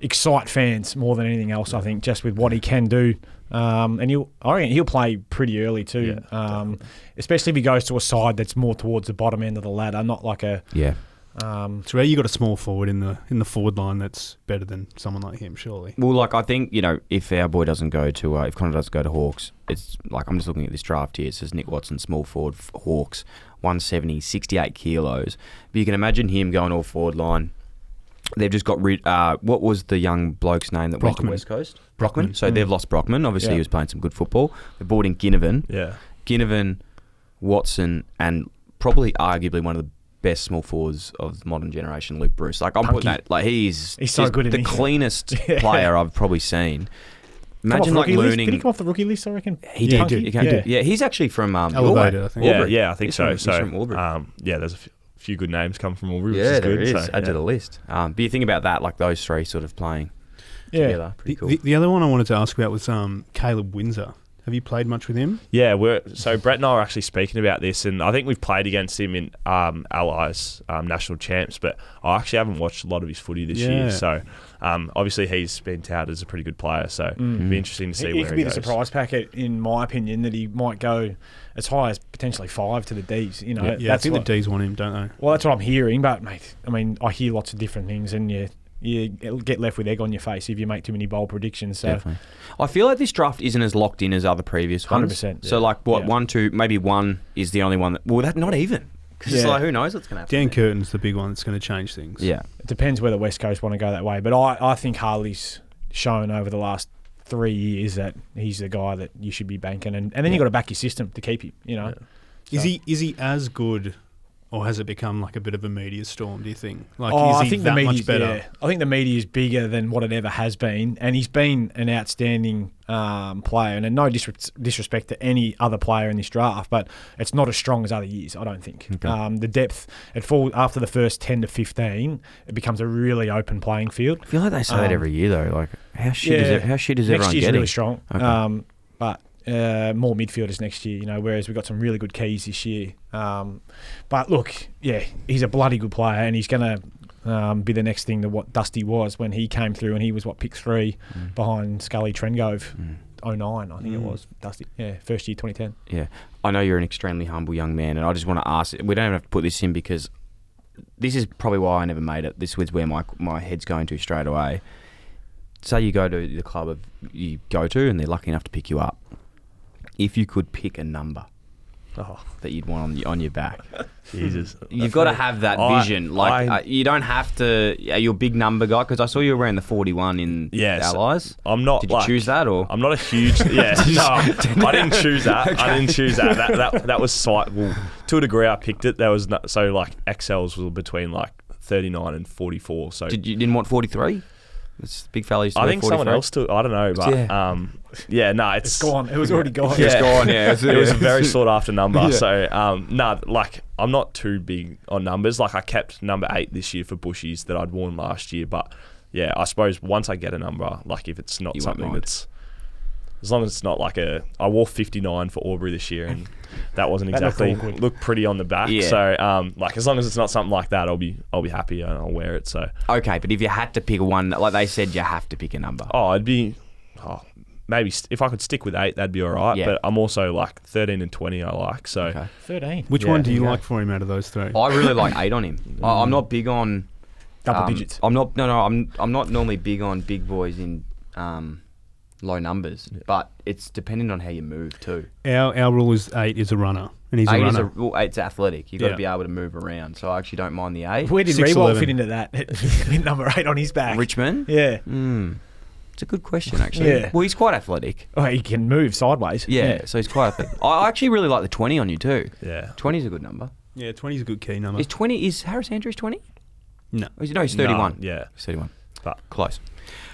Speaker 5: excite fans more than anything else. I think just with what he can do, um, and he'll I reckon he'll play pretty early too, um, especially if he goes to a side that's more towards the bottom end of the ladder, not like a
Speaker 1: Yeah,
Speaker 5: um,
Speaker 8: It's rare you got a small forward in the in the forward line that's better than someone like him, surely.
Speaker 1: Well, like I think you know, if our boy doesn't go to, uh, if Connor doesn't go to Hawks, it's like I'm just looking at this draft here. It says Nick Watson, small forward, f- Hawks, 170, 68 kilos. But you can imagine him going all forward line. They've just got rid. Uh, what was the young bloke's name that went
Speaker 8: Brockman.
Speaker 1: to West Coast?
Speaker 8: Brockman. Mm.
Speaker 1: So they've lost Brockman. Obviously,
Speaker 5: Yeah.
Speaker 1: he was playing some good football. They brought in Ginnivan.
Speaker 9: yeah.
Speaker 1: Ginnivan, Watson, and probably arguably one of the best small forwards of the modern generation, Luke Bruce. Like I'm putting that like he's
Speaker 5: He's so
Speaker 1: just
Speaker 5: good,
Speaker 1: the
Speaker 5: isn't he?
Speaker 1: cleanest
Speaker 5: Yeah.
Speaker 1: player I've probably seen.
Speaker 5: come
Speaker 1: Imagine
Speaker 5: off
Speaker 1: like
Speaker 5: rookie list. Did he
Speaker 1: learning.
Speaker 5: come off the rookie list? I reckon
Speaker 1: He did.
Speaker 5: Punky?
Speaker 1: He can do- yeah, he's actually from um, Albury.
Speaker 8: Elevated, I think.
Speaker 9: Yeah,
Speaker 1: Albury.
Speaker 9: yeah, I think
Speaker 1: He's
Speaker 9: so.
Speaker 1: from- he's
Speaker 9: so,
Speaker 1: from Albury.
Speaker 9: um, yeah, there's a f- few good names come from Albury, which
Speaker 1: yeah,
Speaker 9: is
Speaker 1: there
Speaker 9: good.
Speaker 1: is.
Speaker 9: So,
Speaker 1: Add to
Speaker 9: yeah.
Speaker 1: the list. Um, but you think about that, like those three sort of playing
Speaker 5: yeah.
Speaker 1: together, pretty
Speaker 8: The,
Speaker 1: cool.
Speaker 8: the, the other one I wanted to ask about was um, Caleb Windsor. Have you played much with him?
Speaker 9: Yeah, we're so Brett and I were actually speaking about this, and I think we've played against him in um, Allies um, National Champs, but I actually haven't watched a lot of his footy this
Speaker 8: Yeah.
Speaker 9: year. So um, obviously he's been touted as a pretty good player, so
Speaker 1: Mm.
Speaker 9: it'd be interesting to see
Speaker 5: He,
Speaker 9: where
Speaker 5: he could
Speaker 9: he
Speaker 5: be the
Speaker 9: goes.
Speaker 5: surprise packet, in my opinion, that he might go as high as potentially five to the D's. You know,
Speaker 8: yeah, I
Speaker 5: that's
Speaker 8: think
Speaker 5: what-
Speaker 8: the D's want him, don't they?
Speaker 5: Well, that's what I'm hearing, but mate, I mean, I hear lots of different things, and you you get left with egg on your face if you make too many bold predictions. So
Speaker 6: Definitely.
Speaker 1: I feel like this draft isn't as locked in as other previous ones.
Speaker 5: 100%,
Speaker 1: So
Speaker 5: yeah.
Speaker 1: like what
Speaker 5: Yeah.
Speaker 1: one, two, maybe one is the only one that. Well, that not even because it's
Speaker 5: Yeah.
Speaker 1: like who knows what's gonna happen.
Speaker 8: Dan Curtin's the big one that's going to change things.
Speaker 1: Yeah.
Speaker 5: it depends whether West Coast want to go that way. But I, I think Harley's shown over the last three years that he's the guy that you should be banking, and, and then you got to back your system to keep him. You know,
Speaker 8: Is he is he as good, or has it become like a bit of a media storm? Do you think? Like,
Speaker 5: Oh,
Speaker 8: is
Speaker 5: I
Speaker 8: he
Speaker 5: think
Speaker 8: that
Speaker 5: the media.
Speaker 8: much better?
Speaker 5: I think the media is bigger than what it ever has been, and he's been an outstanding um, player. And no disres- disrespect to any other player in this draft, but it's not as strong as other years. I don't think um, the depth it falls after the first ten to fifteen. It becomes a really open playing field.
Speaker 1: I feel like they say that
Speaker 5: Um,
Speaker 1: every year though. Like how shit is
Speaker 5: yeah.
Speaker 1: it, how shit is
Speaker 5: next
Speaker 1: everyone
Speaker 5: year's
Speaker 1: getting?
Speaker 5: really strong,
Speaker 1: Okay.
Speaker 5: um, but uh, more midfielders next year. You know, whereas we have got some really good keys this year. Um, but look, yeah, he's a bloody good player, and he's gonna. Um, be the next thing to what Dusty was when he came through, and he was what pick three
Speaker 1: Mm.
Speaker 5: behind Scully Trengove, oh nine, I think it was Dusty. Yeah, first year, twenty ten.
Speaker 1: Yeah. I know you're an extremely humble young man, and I just want to ask. We don't even have to put this in because this is probably why I never made it. This was where my my head's going to straight away. Say you go to the club of you go to, and they're lucky enough to pick you up. If you could pick a number
Speaker 9: Oh,
Speaker 1: that you'd want on your, on your back,
Speaker 9: Jesus.
Speaker 1: Mm. you've got to have that
Speaker 9: I-
Speaker 1: vision. Like
Speaker 9: I-
Speaker 1: uh, you don't have to. Are you a big number guy? Because I saw you around the forty-one in
Speaker 9: Yes.
Speaker 1: Allies.
Speaker 9: I'm not.
Speaker 1: Did you
Speaker 9: like-
Speaker 1: choose that or?
Speaker 9: I'm not a huge. Yeah, no, I didn't choose that. I didn't choose that. That that, that was slight. Well, to a degree, I picked it. There was no, so like XLs was between like 39 and 44. So
Speaker 1: Did you didn't want forty-three? It's big fella used to
Speaker 9: I
Speaker 1: wear
Speaker 9: think someone
Speaker 1: 43.
Speaker 9: else took. I don't know, but
Speaker 1: Yeah.
Speaker 9: yeah, um, yeah no, it's,
Speaker 5: Go on, it was already gone.
Speaker 9: Yeah.
Speaker 1: gone, yeah.
Speaker 9: it was a very sought after number. So, um, no, like I'm not too big on numbers. Like I kept number eight this year for bushies that I'd worn last year, but yeah, I suppose once I get a number, like if it's not
Speaker 1: You won't
Speaker 9: something
Speaker 1: mind.
Speaker 9: that's as long as it's not like a, I wore 59 for Aubrey this year, and that wasn't
Speaker 5: That looked
Speaker 9: exactly
Speaker 5: awkward.
Speaker 9: looked pretty on the back.
Speaker 1: Yeah.
Speaker 9: So, um, like as long as it's not something like that, I'll be I'll be happy and I'll wear it. So,
Speaker 1: Okay, but if you had to pick one, like they said, you have to pick a number.
Speaker 9: Oh, I'd be. Oh, maybe st- if I could stick with eight, that'd be all right.
Speaker 1: Yeah.
Speaker 9: But I'm also like 13 and 20, I like. So
Speaker 1: Okay.
Speaker 5: Thirteen,
Speaker 8: Which
Speaker 9: Yeah,
Speaker 8: one do
Speaker 9: there
Speaker 8: you
Speaker 9: you go.
Speaker 8: like for him out of those three?
Speaker 1: I really like eight on him. I, I'm not big on
Speaker 5: double
Speaker 1: um,
Speaker 5: digits.
Speaker 1: I'm not no no. I'm I'm not normally big on big boys in um, low numbers, but it's dependent on how you move too.
Speaker 8: Our our rule is eight is a runner, and he's
Speaker 1: eight
Speaker 8: a
Speaker 1: is a,
Speaker 8: runner.
Speaker 1: well, eight's athletic. You've got to
Speaker 8: Yeah.
Speaker 1: be able to move around. So I actually don't mind the eight.
Speaker 5: Where did
Speaker 8: Six,
Speaker 5: Reebok
Speaker 8: 11.
Speaker 5: fit into that? Number eight on his back.
Speaker 1: Richmond.
Speaker 5: Yeah.
Speaker 1: Mm, it's a good question actually.
Speaker 5: Yeah.
Speaker 1: Well, he's quite athletic.
Speaker 5: Oh, he can move sideways.
Speaker 1: Yeah, so he's quite athletic. I actually really like the twenty on you too.
Speaker 9: yeah.
Speaker 1: Twenty is a good number.
Speaker 8: Yeah, twenty's a good key number.
Speaker 1: Is twenty? Is Harris Andrews twenty?
Speaker 8: No.
Speaker 1: Or is- No, he's thirty-one.
Speaker 9: No, yeah.
Speaker 1: he's thirty-one.
Speaker 9: But-
Speaker 1: close.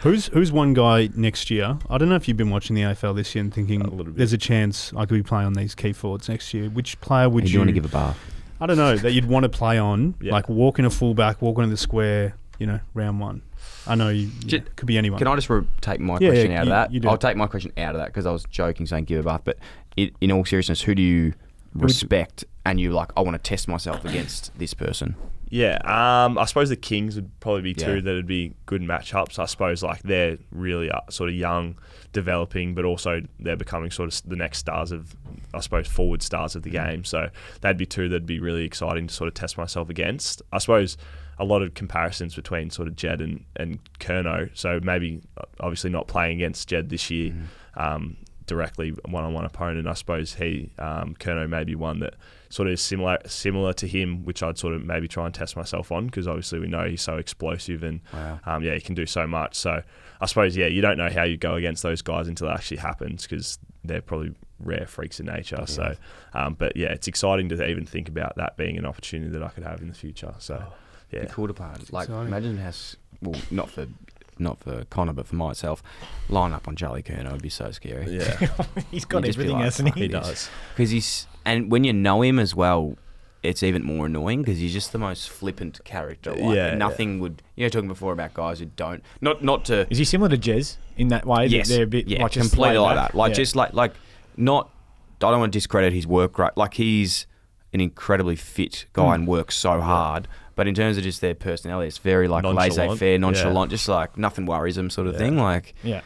Speaker 8: Who's who's one guy next year? I don't know if you've been watching the AFL this year and thinking
Speaker 9: A little bit.
Speaker 8: there's a chance I could be playing on these key forwards next year. Which player would
Speaker 1: Would you
Speaker 8: you?
Speaker 1: want to give a bath?
Speaker 8: I don't know that you'd want to play on,
Speaker 9: Yeah.
Speaker 8: like walking a fullback, walking in the square. You know, round one. I know you
Speaker 1: Ju-
Speaker 8: yeah, could be anyone.
Speaker 1: Can I just re- take my
Speaker 8: Yeah,
Speaker 1: question
Speaker 8: yeah,
Speaker 1: out of
Speaker 8: you-
Speaker 1: that?
Speaker 8: you do.
Speaker 1: I'll take my question out of that because I was joking saying give a bath, but i in all seriousness, who do you
Speaker 8: would-
Speaker 1: respect and you like? I want to test myself against this person.
Speaker 9: Yeah. Um, I suppose the Kings would probably be
Speaker 1: Yeah.
Speaker 9: two that'd be good matchups. I suppose like they're really uh, sort of young, developing, but also they're becoming sort of s- the next stars of, I suppose, forward stars of the
Speaker 1: Mm.
Speaker 9: game. So that'd be two that'd be really exciting to sort of test myself against. I suppose a lot of comparisons between sort of Jed and and Kerno. So maybe uh, obviously not playing against Jed this year.
Speaker 1: Mm.
Speaker 9: Um, directly one-on-one opponent. I suppose he, um, Kerno, may be one that sort of is similar similar to him, which I'd sort of maybe try and test myself on because obviously we know he's so explosive and um, yeah, he can do so much. So I suppose yeah, you don't know how you go against those guys until it actually happens because they're probably rare freaks in nature. So, um, but yeah, it's exciting to even think about that being an opportunity that I could have in the future. So. Yeah.
Speaker 1: The cool part, like
Speaker 8: exciting.
Speaker 1: imagine how s- well not for not for Connor, but for myself, line up on Charlie Kerno would be so scary.
Speaker 9: Yeah,
Speaker 5: He's got
Speaker 1: You'd just be
Speaker 5: everything,
Speaker 1: like,
Speaker 5: hasn't
Speaker 1: "Fuck
Speaker 5: he?
Speaker 9: he does.
Speaker 1: because he's and when you know him as well, it's even more annoying because he's just the most flippant character. Like,
Speaker 9: Yeah,
Speaker 1: nothing would. You know, talking before about guys who don't not not to
Speaker 5: Is he similar to Jez in that way? that
Speaker 1: yes,
Speaker 5: They're a bit
Speaker 1: yeah,
Speaker 5: like just
Speaker 1: completely
Speaker 5: laid
Speaker 1: like
Speaker 5: back?
Speaker 1: that. Like
Speaker 5: Yeah.
Speaker 1: just like like not. I don't want to discredit his work rate. Like he's an incredibly fit
Speaker 5: Hmm.
Speaker 1: guy and works so hard. But in terms of just their personality, it's very like
Speaker 9: Nonchalant.
Speaker 1: laissez-faire,
Speaker 9: Yeah.
Speaker 1: nonchalant, just like nothing worries him sort of thing. Like,
Speaker 5: Yeah.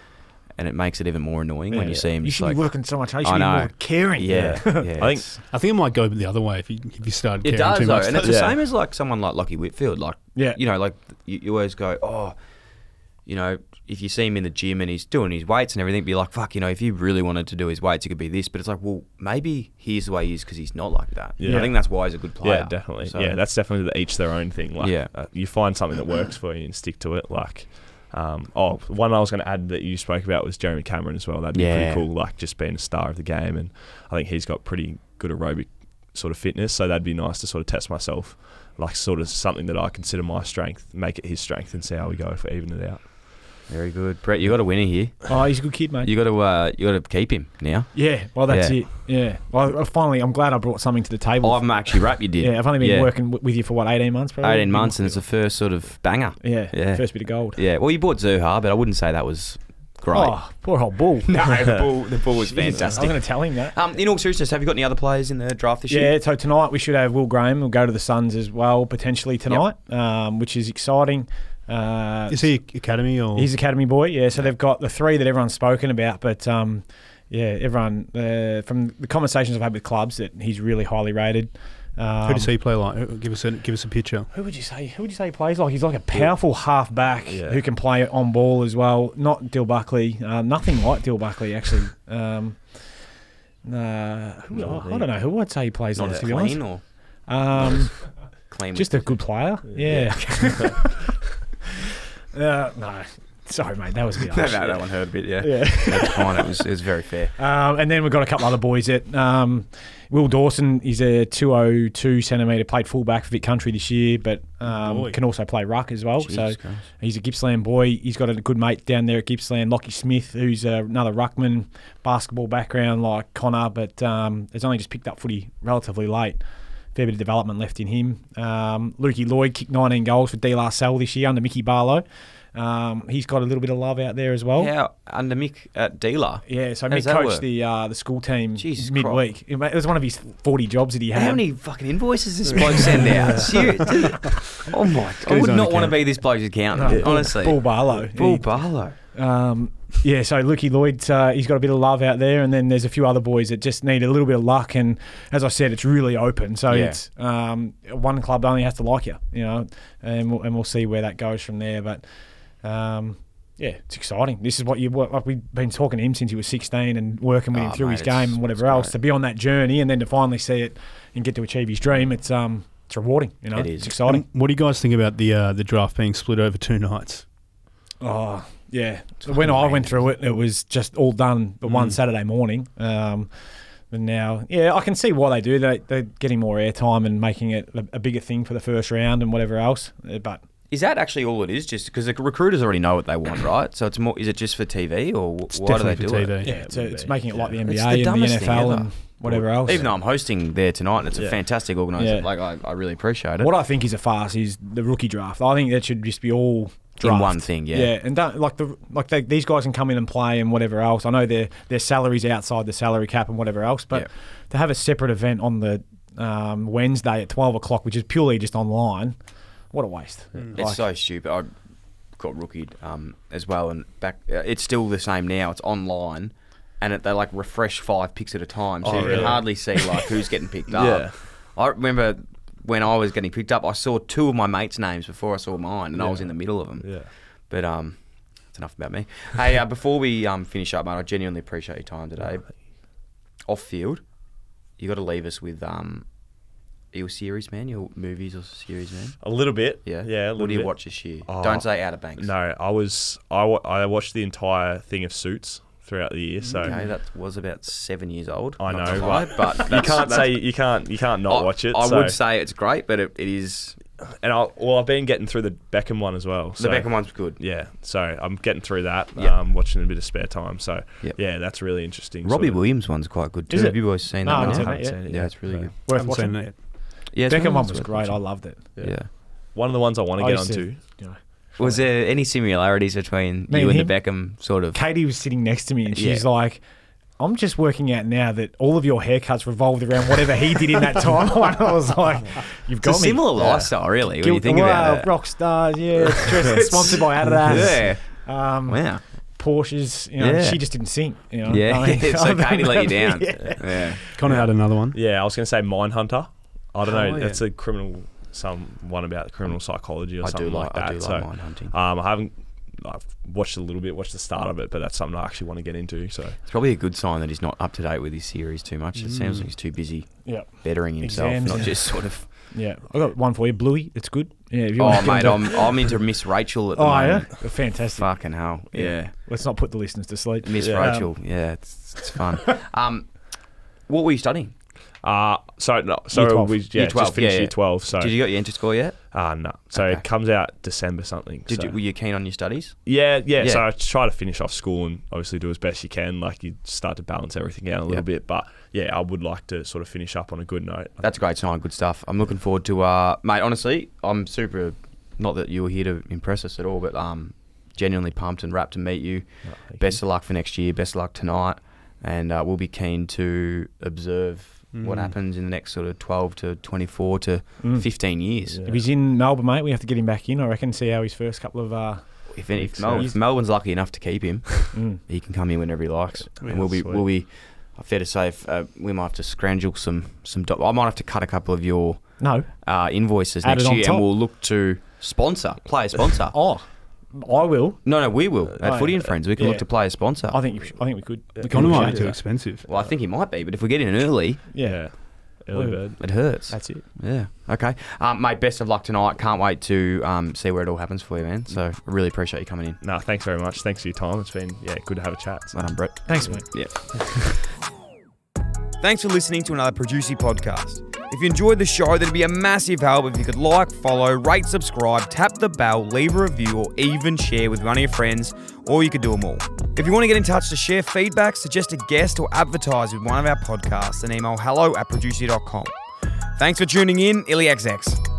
Speaker 1: and it makes it even more annoying when you
Speaker 9: Yeah.
Speaker 1: see him.
Speaker 5: You
Speaker 1: just
Speaker 5: should
Speaker 1: like,
Speaker 5: be working so much harder. You
Speaker 1: I
Speaker 5: should be
Speaker 1: know.
Speaker 5: more caring.
Speaker 1: Yeah, yeah.
Speaker 9: I think
Speaker 1: it's-
Speaker 8: I think it might go the other way if you if you started
Speaker 1: it
Speaker 8: caring
Speaker 1: does
Speaker 8: too
Speaker 1: though,
Speaker 8: much.
Speaker 1: and it's the
Speaker 9: Yeah.
Speaker 1: same as like someone like Lockie Whitfield. Like,
Speaker 5: Yeah.
Speaker 1: you know, like you, you always go, oh, you know, if you see him in the gym and he's doing his weights and everything, be like, fuck, you know, if you really wanted to do his weights, it could be this. But it's like, well, maybe he's the way he is because he's not like that.
Speaker 9: Yeah.
Speaker 1: I think that's why he's a good player.
Speaker 9: Oh, Yeah, definitely.
Speaker 1: So-
Speaker 9: Yeah, that's definitely the each their own thing. Like,
Speaker 1: Yeah.
Speaker 9: uh, you find something that works for you and stick to it. Like, um, oh, one I was going to add that you spoke about was Jeremy Cameron as well. That'd be
Speaker 1: Yeah.
Speaker 9: pretty cool. Like, just being a star of the game, and I think he's got pretty good aerobic sort of fitness. So that'd be nice to sort of test myself, like sort of something that I consider my strength, make it his strength, and see how we go if we even it out.
Speaker 1: very good, Brett. You got a winner here.
Speaker 5: Oh, he's a good kid, mate.
Speaker 1: You got to uh, you got to keep him now.
Speaker 5: yeah. Well, that's
Speaker 1: Yeah.
Speaker 5: it. Yeah. Well, I- I finally, I'm glad I brought something to the table.
Speaker 1: I've actually wrapped you did.
Speaker 5: yeah, I've only been working w- with you for what 18 months, probably.
Speaker 1: eighteen months, and it's the first sort of banger.
Speaker 5: Yeah,
Speaker 1: Yeah.
Speaker 5: First bit of gold.
Speaker 1: Yeah. Well, you bought Zuha, but I wouldn't say that was great.
Speaker 5: Oh, poor old bull. no,
Speaker 1: the ball, the ball was
Speaker 5: I'm going to tell him that.
Speaker 1: Um, in all seriousness, have you got any other players in the draft this
Speaker 5: Yeah,
Speaker 1: year?
Speaker 5: so tonight we should have Will Graham. We'll go to the Suns as well potentially tonight, um, which is exciting. Uh,
Speaker 8: Is he academy or
Speaker 5: He's academy boy, yeah. So they've got the three that everyone's spoken about, but um, yeah, everyone uh, from the conversations I've had with clubs that he's really highly rated. Um,
Speaker 8: who does he play like? Uh, Give us a give us a picture.
Speaker 5: who would you say? Who would you say he plays like? He's like a powerful half back
Speaker 9: Yeah.
Speaker 5: who can play on ball as well. Not Dill Buckley, uh, nothing like Dill Buckley actually. Um, uh, who, I, I don't know who I'd say he plays
Speaker 1: Not
Speaker 5: like.
Speaker 1: as
Speaker 5: To be honest.
Speaker 1: clean or
Speaker 5: Um,
Speaker 1: clean.
Speaker 5: Just a good player. Yeah. uh, no, sorry, mate. That was a bit harsh.
Speaker 1: one hurt a bit.
Speaker 5: Yeah.
Speaker 1: that's fine. It was, it was very fair.
Speaker 5: Um, and then we've got a couple other boys that um, Will Dawson is a 202 centimetre, played fullback for Vic Country this year, but um,
Speaker 8: Boy.
Speaker 5: can also play ruck as well. so
Speaker 1: Oh, Jesus Christ.
Speaker 5: he's a Gippsland boy. He's got a good mate down there at Gippsland, Lockie Smith, who's uh, another ruckman, basketball background like Connor, but um, has only just picked up footy relatively late. Fair bit of development left in him. Um, Lukey Lloyd kicked 19 goals for De La Salle this year under Mickey Barlow. Um, he's got a little bit of love out there as well.
Speaker 1: How under Mick at Dealer?
Speaker 5: Yeah, so
Speaker 1: How
Speaker 5: Mick
Speaker 1: does that
Speaker 5: coached
Speaker 1: work?
Speaker 5: the uh, the school team
Speaker 1: Jesus
Speaker 5: midweek. It ma- it was one of his forty jobs that he had.
Speaker 1: How many fucking invoices this bloke send out? Seriously. Oh my! God. I
Speaker 8: his
Speaker 1: would
Speaker 8: own
Speaker 1: not want to
Speaker 8: account.
Speaker 1: be this bloke's accountant.
Speaker 5: No, Bull-
Speaker 1: Honestly,
Speaker 5: Uh, Bull Barlow.
Speaker 1: Bull
Speaker 5: He-
Speaker 1: Barlow.
Speaker 5: um, yeah, so Lukey Lloyd, uh, he's got a bit of love out there, and then there's a few other boys that just need a little bit of luck. And as I said, it's really open, so
Speaker 1: Yeah.
Speaker 5: it's um, one club only has to like you, you know, and we'll, and we'll see where that goes from there. But um, yeah, it's exciting. This is what you what, like. We've been talking to him since he was 16 and working with him
Speaker 1: Oh,
Speaker 5: through
Speaker 1: mate,
Speaker 5: his
Speaker 1: it's-
Speaker 5: game and whatever
Speaker 1: it's
Speaker 5: else
Speaker 1: great.
Speaker 5: to be on that journey, and then to finally see it and get to achieve his dream. It's um, it's rewarding, you know.
Speaker 1: It is.
Speaker 5: It's exciting.
Speaker 8: Um, what do you guys think about the uh, the draft being split over two nights?
Speaker 5: Oh yeah. when I went through it, it was just all done but
Speaker 1: Mm.
Speaker 5: one Saturday morning. Um, but now, yeah, I can see why they do. They they're getting more airtime and making it a, a bigger thing for the first round and whatever else. Uh, But
Speaker 1: Is that actually all it is? Just because the recruiters already know what they want, right? So it's more. Is it just for TV or wh- why do they do
Speaker 8: Definitely
Speaker 1: it?
Speaker 8: for TV.
Speaker 5: yeah, it's, it's making it like the NBA
Speaker 1: It's the
Speaker 5: and the
Speaker 1: dumbest thing
Speaker 5: NFL
Speaker 1: ever.
Speaker 5: and whatever else.
Speaker 1: Even though I'm hosting there tonight, and it's a
Speaker 5: Yeah.
Speaker 1: fantastic organizer.
Speaker 5: Yeah.
Speaker 1: Like I, I really appreciate it.
Speaker 5: What I think is a farce is the rookie draft. I think that should just be all draft.
Speaker 1: one thing, yeah.
Speaker 5: Yeah, and don't, like the like they, these guys can come in and play and whatever else. I know their their salaries outside the salary cap and whatever else, but
Speaker 1: Yeah.
Speaker 5: to have a separate event on the um, Wednesday at twelve o'clock, which is purely just online, what a waste.
Speaker 9: Mm.
Speaker 1: It's so stupid. I got rookied um, as well, and back. uh, It's still the same now. It's online, and it, they like refresh five picks at a time,
Speaker 9: Oh,
Speaker 1: so you can hardly see like who's getting picked up. I remember when I was getting picked up, I saw two of my mates' names before I saw mine, and I was in the middle of them.
Speaker 9: Yeah.
Speaker 1: But um, that's enough about me. Hey, uh, before we um finish up, mate, I genuinely appreciate your time today. Off field, you got to leave us with um. Your series, man. Your movies or series, man.
Speaker 9: A little bit.
Speaker 1: Yeah.
Speaker 9: Yeah. A little
Speaker 1: What do you
Speaker 9: bit.
Speaker 1: watch this year?
Speaker 9: Oh,
Speaker 1: Don't say Outer Banks.
Speaker 9: No, I was I, wa- I watched the entire thing of Suits throughout the year. So
Speaker 1: Okay, that was about seven years old.
Speaker 9: I
Speaker 1: not
Speaker 9: know,
Speaker 1: to lie, but,
Speaker 9: you
Speaker 1: that's-
Speaker 9: can't
Speaker 1: that's-
Speaker 9: say you can't you can't
Speaker 1: I,
Speaker 9: not watch it.
Speaker 1: I
Speaker 9: so-
Speaker 1: would say it's great, but it, it is
Speaker 9: and I well, I've been getting through the Beckham one as well.
Speaker 1: the Beckham one's good.
Speaker 9: Yeah, so I'm getting through that.
Speaker 1: Yeah.
Speaker 9: Um, watching a bit of spare time. So
Speaker 1: Yep.
Speaker 9: yeah, that's really interesting.
Speaker 1: Robbie
Speaker 9: sort of-
Speaker 1: Williams one's quite good too.
Speaker 5: Is it?
Speaker 1: Have you guys seen
Speaker 5: No, I
Speaker 1: that
Speaker 5: haven't
Speaker 1: one?
Speaker 5: seen it yet.
Speaker 1: Yeah, it's really
Speaker 9: So-
Speaker 1: good.
Speaker 5: Worth
Speaker 8: Haven't seen
Speaker 5: watching.
Speaker 8: that yet.
Speaker 1: Yeah, it's
Speaker 5: Beckham one
Speaker 1: that's
Speaker 5: was
Speaker 1: worth
Speaker 5: great. I
Speaker 1: watching.
Speaker 5: loved it.
Speaker 9: Yeah.
Speaker 1: Yeah.
Speaker 9: One of the ones I want to
Speaker 5: I
Speaker 9: get
Speaker 5: used to-
Speaker 9: onto.
Speaker 5: you know.
Speaker 1: Was there any similarities between
Speaker 5: Me
Speaker 1: you
Speaker 5: and
Speaker 1: and the Beckham sort of?
Speaker 5: Katie was sitting next to me and
Speaker 1: Yeah.
Speaker 5: she's like, I'm just working out now that all of your haircuts revolved around whatever he did in that time. And I was like, you've got
Speaker 1: It's a
Speaker 5: me.
Speaker 1: similar lifestyle, really, when you think
Speaker 5: wow,
Speaker 1: about it.
Speaker 5: rock stars, yeah, it's true. sponsored by Adidas,
Speaker 1: Yeah.
Speaker 5: um,
Speaker 1: Wow.
Speaker 5: Porsches. You know,
Speaker 1: Yeah.
Speaker 5: she just didn't sing. You know,
Speaker 1: Yeah.
Speaker 5: I mean,
Speaker 1: so
Speaker 5: I
Speaker 1: Katie
Speaker 5: mean,
Speaker 1: let you down.
Speaker 5: yeah.
Speaker 1: yeah.
Speaker 8: Connor had another one.
Speaker 9: Yeah, I was going to say Mindhunter. I don't
Speaker 8: Oh,
Speaker 9: know.
Speaker 8: yeah.
Speaker 9: That's a criminal, some one about criminal psychology or
Speaker 1: I do
Speaker 9: something
Speaker 1: like-
Speaker 9: like,
Speaker 1: I
Speaker 9: that.
Speaker 1: do like
Speaker 9: so,
Speaker 1: Mindhunting.
Speaker 9: Um, I haven't. I've watched a little bit, watched the start of it, but that's something I actually want to get into. So
Speaker 1: It's probably a good sign that he's not up to date with his series too much. It sounds like he's too busy
Speaker 5: Yeah,
Speaker 1: bettering himself,
Speaker 5: Exams,
Speaker 1: not
Speaker 5: yeah.
Speaker 1: just sort of.
Speaker 5: yeah. I got one for you, Bluey. It's good. Yeah, if you
Speaker 1: Oh,
Speaker 5: want to
Speaker 1: mate, I'm, I'm into Miss Rachel at the
Speaker 5: Oh, yeah,
Speaker 1: moment.
Speaker 5: fantastic.
Speaker 1: Fucking hell. Yeah.
Speaker 5: Let's not put the listeners to sleep.
Speaker 1: Miss
Speaker 5: Um,
Speaker 1: Rachel. Yeah, it's, it's fun. um, what were you studying?
Speaker 9: Uh, so no,
Speaker 5: Year
Speaker 9: so
Speaker 5: 12.
Speaker 9: we
Speaker 1: Year
Speaker 9: yeah,
Speaker 1: 12,
Speaker 9: just finished
Speaker 1: yeah, yeah.
Speaker 9: year twelve. So
Speaker 1: Did you get your interscore yet?
Speaker 9: uh, no, so
Speaker 1: Okay.
Speaker 9: it comes out December something.
Speaker 1: Did
Speaker 9: so.
Speaker 1: you, were you keen on your studies?
Speaker 9: yeah, yeah,
Speaker 1: Yeah.
Speaker 9: So I try to finish off school and obviously do as best you can. Like you start to balance everything out a little
Speaker 1: Yep.
Speaker 9: bit, but yeah, I would like to sort of finish up on a good note.
Speaker 1: That's a great sign. Good stuff. I'm looking forward to, uh, mate. Honestly, I'm super. Not that you were here to impress us at all, but um, genuinely pumped and wrapped to meet you. Mm-hmm. Best of luck for next year. Best of luck tonight, and uh, we'll be keen to observe
Speaker 5: Mm.
Speaker 1: what happens in the next sort of 12 to 24 to 15 years.
Speaker 5: If he's in Melbourne, mate, we have to get him back in. I reckon. See how his first couple of. Uh,
Speaker 1: If, any, if,
Speaker 9: Makes
Speaker 1: Mel,
Speaker 9: sense.
Speaker 1: if Melbourne's lucky enough to keep him,
Speaker 5: mm.
Speaker 1: he can come in whenever he likes,
Speaker 8: Yeah,
Speaker 1: and we'll be
Speaker 8: sweet.
Speaker 1: we'll be. Fair to say, if, uh, we might have to scrangle some some. Do- I might have to cut a couple of your
Speaker 5: No.
Speaker 1: uh, invoices
Speaker 5: Add it
Speaker 1: next
Speaker 5: on
Speaker 1: year,
Speaker 5: top.
Speaker 1: and we'll look to sponsor, player sponsor.
Speaker 5: Oh, I will.
Speaker 1: No, no, we will at
Speaker 5: oh,
Speaker 1: Footy
Speaker 5: yeah.
Speaker 1: and Friends. We can
Speaker 5: Yeah.
Speaker 1: look to play a sponsor.
Speaker 5: I think. You should, I think we could. we could
Speaker 8: Connor might
Speaker 5: change
Speaker 8: be too
Speaker 5: that.
Speaker 8: expensive.
Speaker 1: well, I think he might be, but if we get in early,
Speaker 5: Yeah.
Speaker 9: early
Speaker 5: Well,
Speaker 9: bird.
Speaker 1: it hurts.
Speaker 5: That's it.
Speaker 1: yeah. Okay, um, mate. Best of luck tonight. Can't wait to um, see where it all happens for you, man. So I really appreciate you coming in.
Speaker 9: No, thanks very much. Thanks for your time. It's been yeah, good to have a chat.
Speaker 1: Well done, Brett.
Speaker 5: Thanks, mate.
Speaker 1: Thanks for listening to another Producy podcast. If you enjoyed the show, that'd be a massive help if you could like, follow, rate, subscribe, tap the bell, leave a review, or even share with one of your friends, or you could do them all. If you want to get in touch to share feedback, suggest a guest, or advertise with one of our podcasts, then email hello at producer.com. Thanks for tuning in, IllyXX.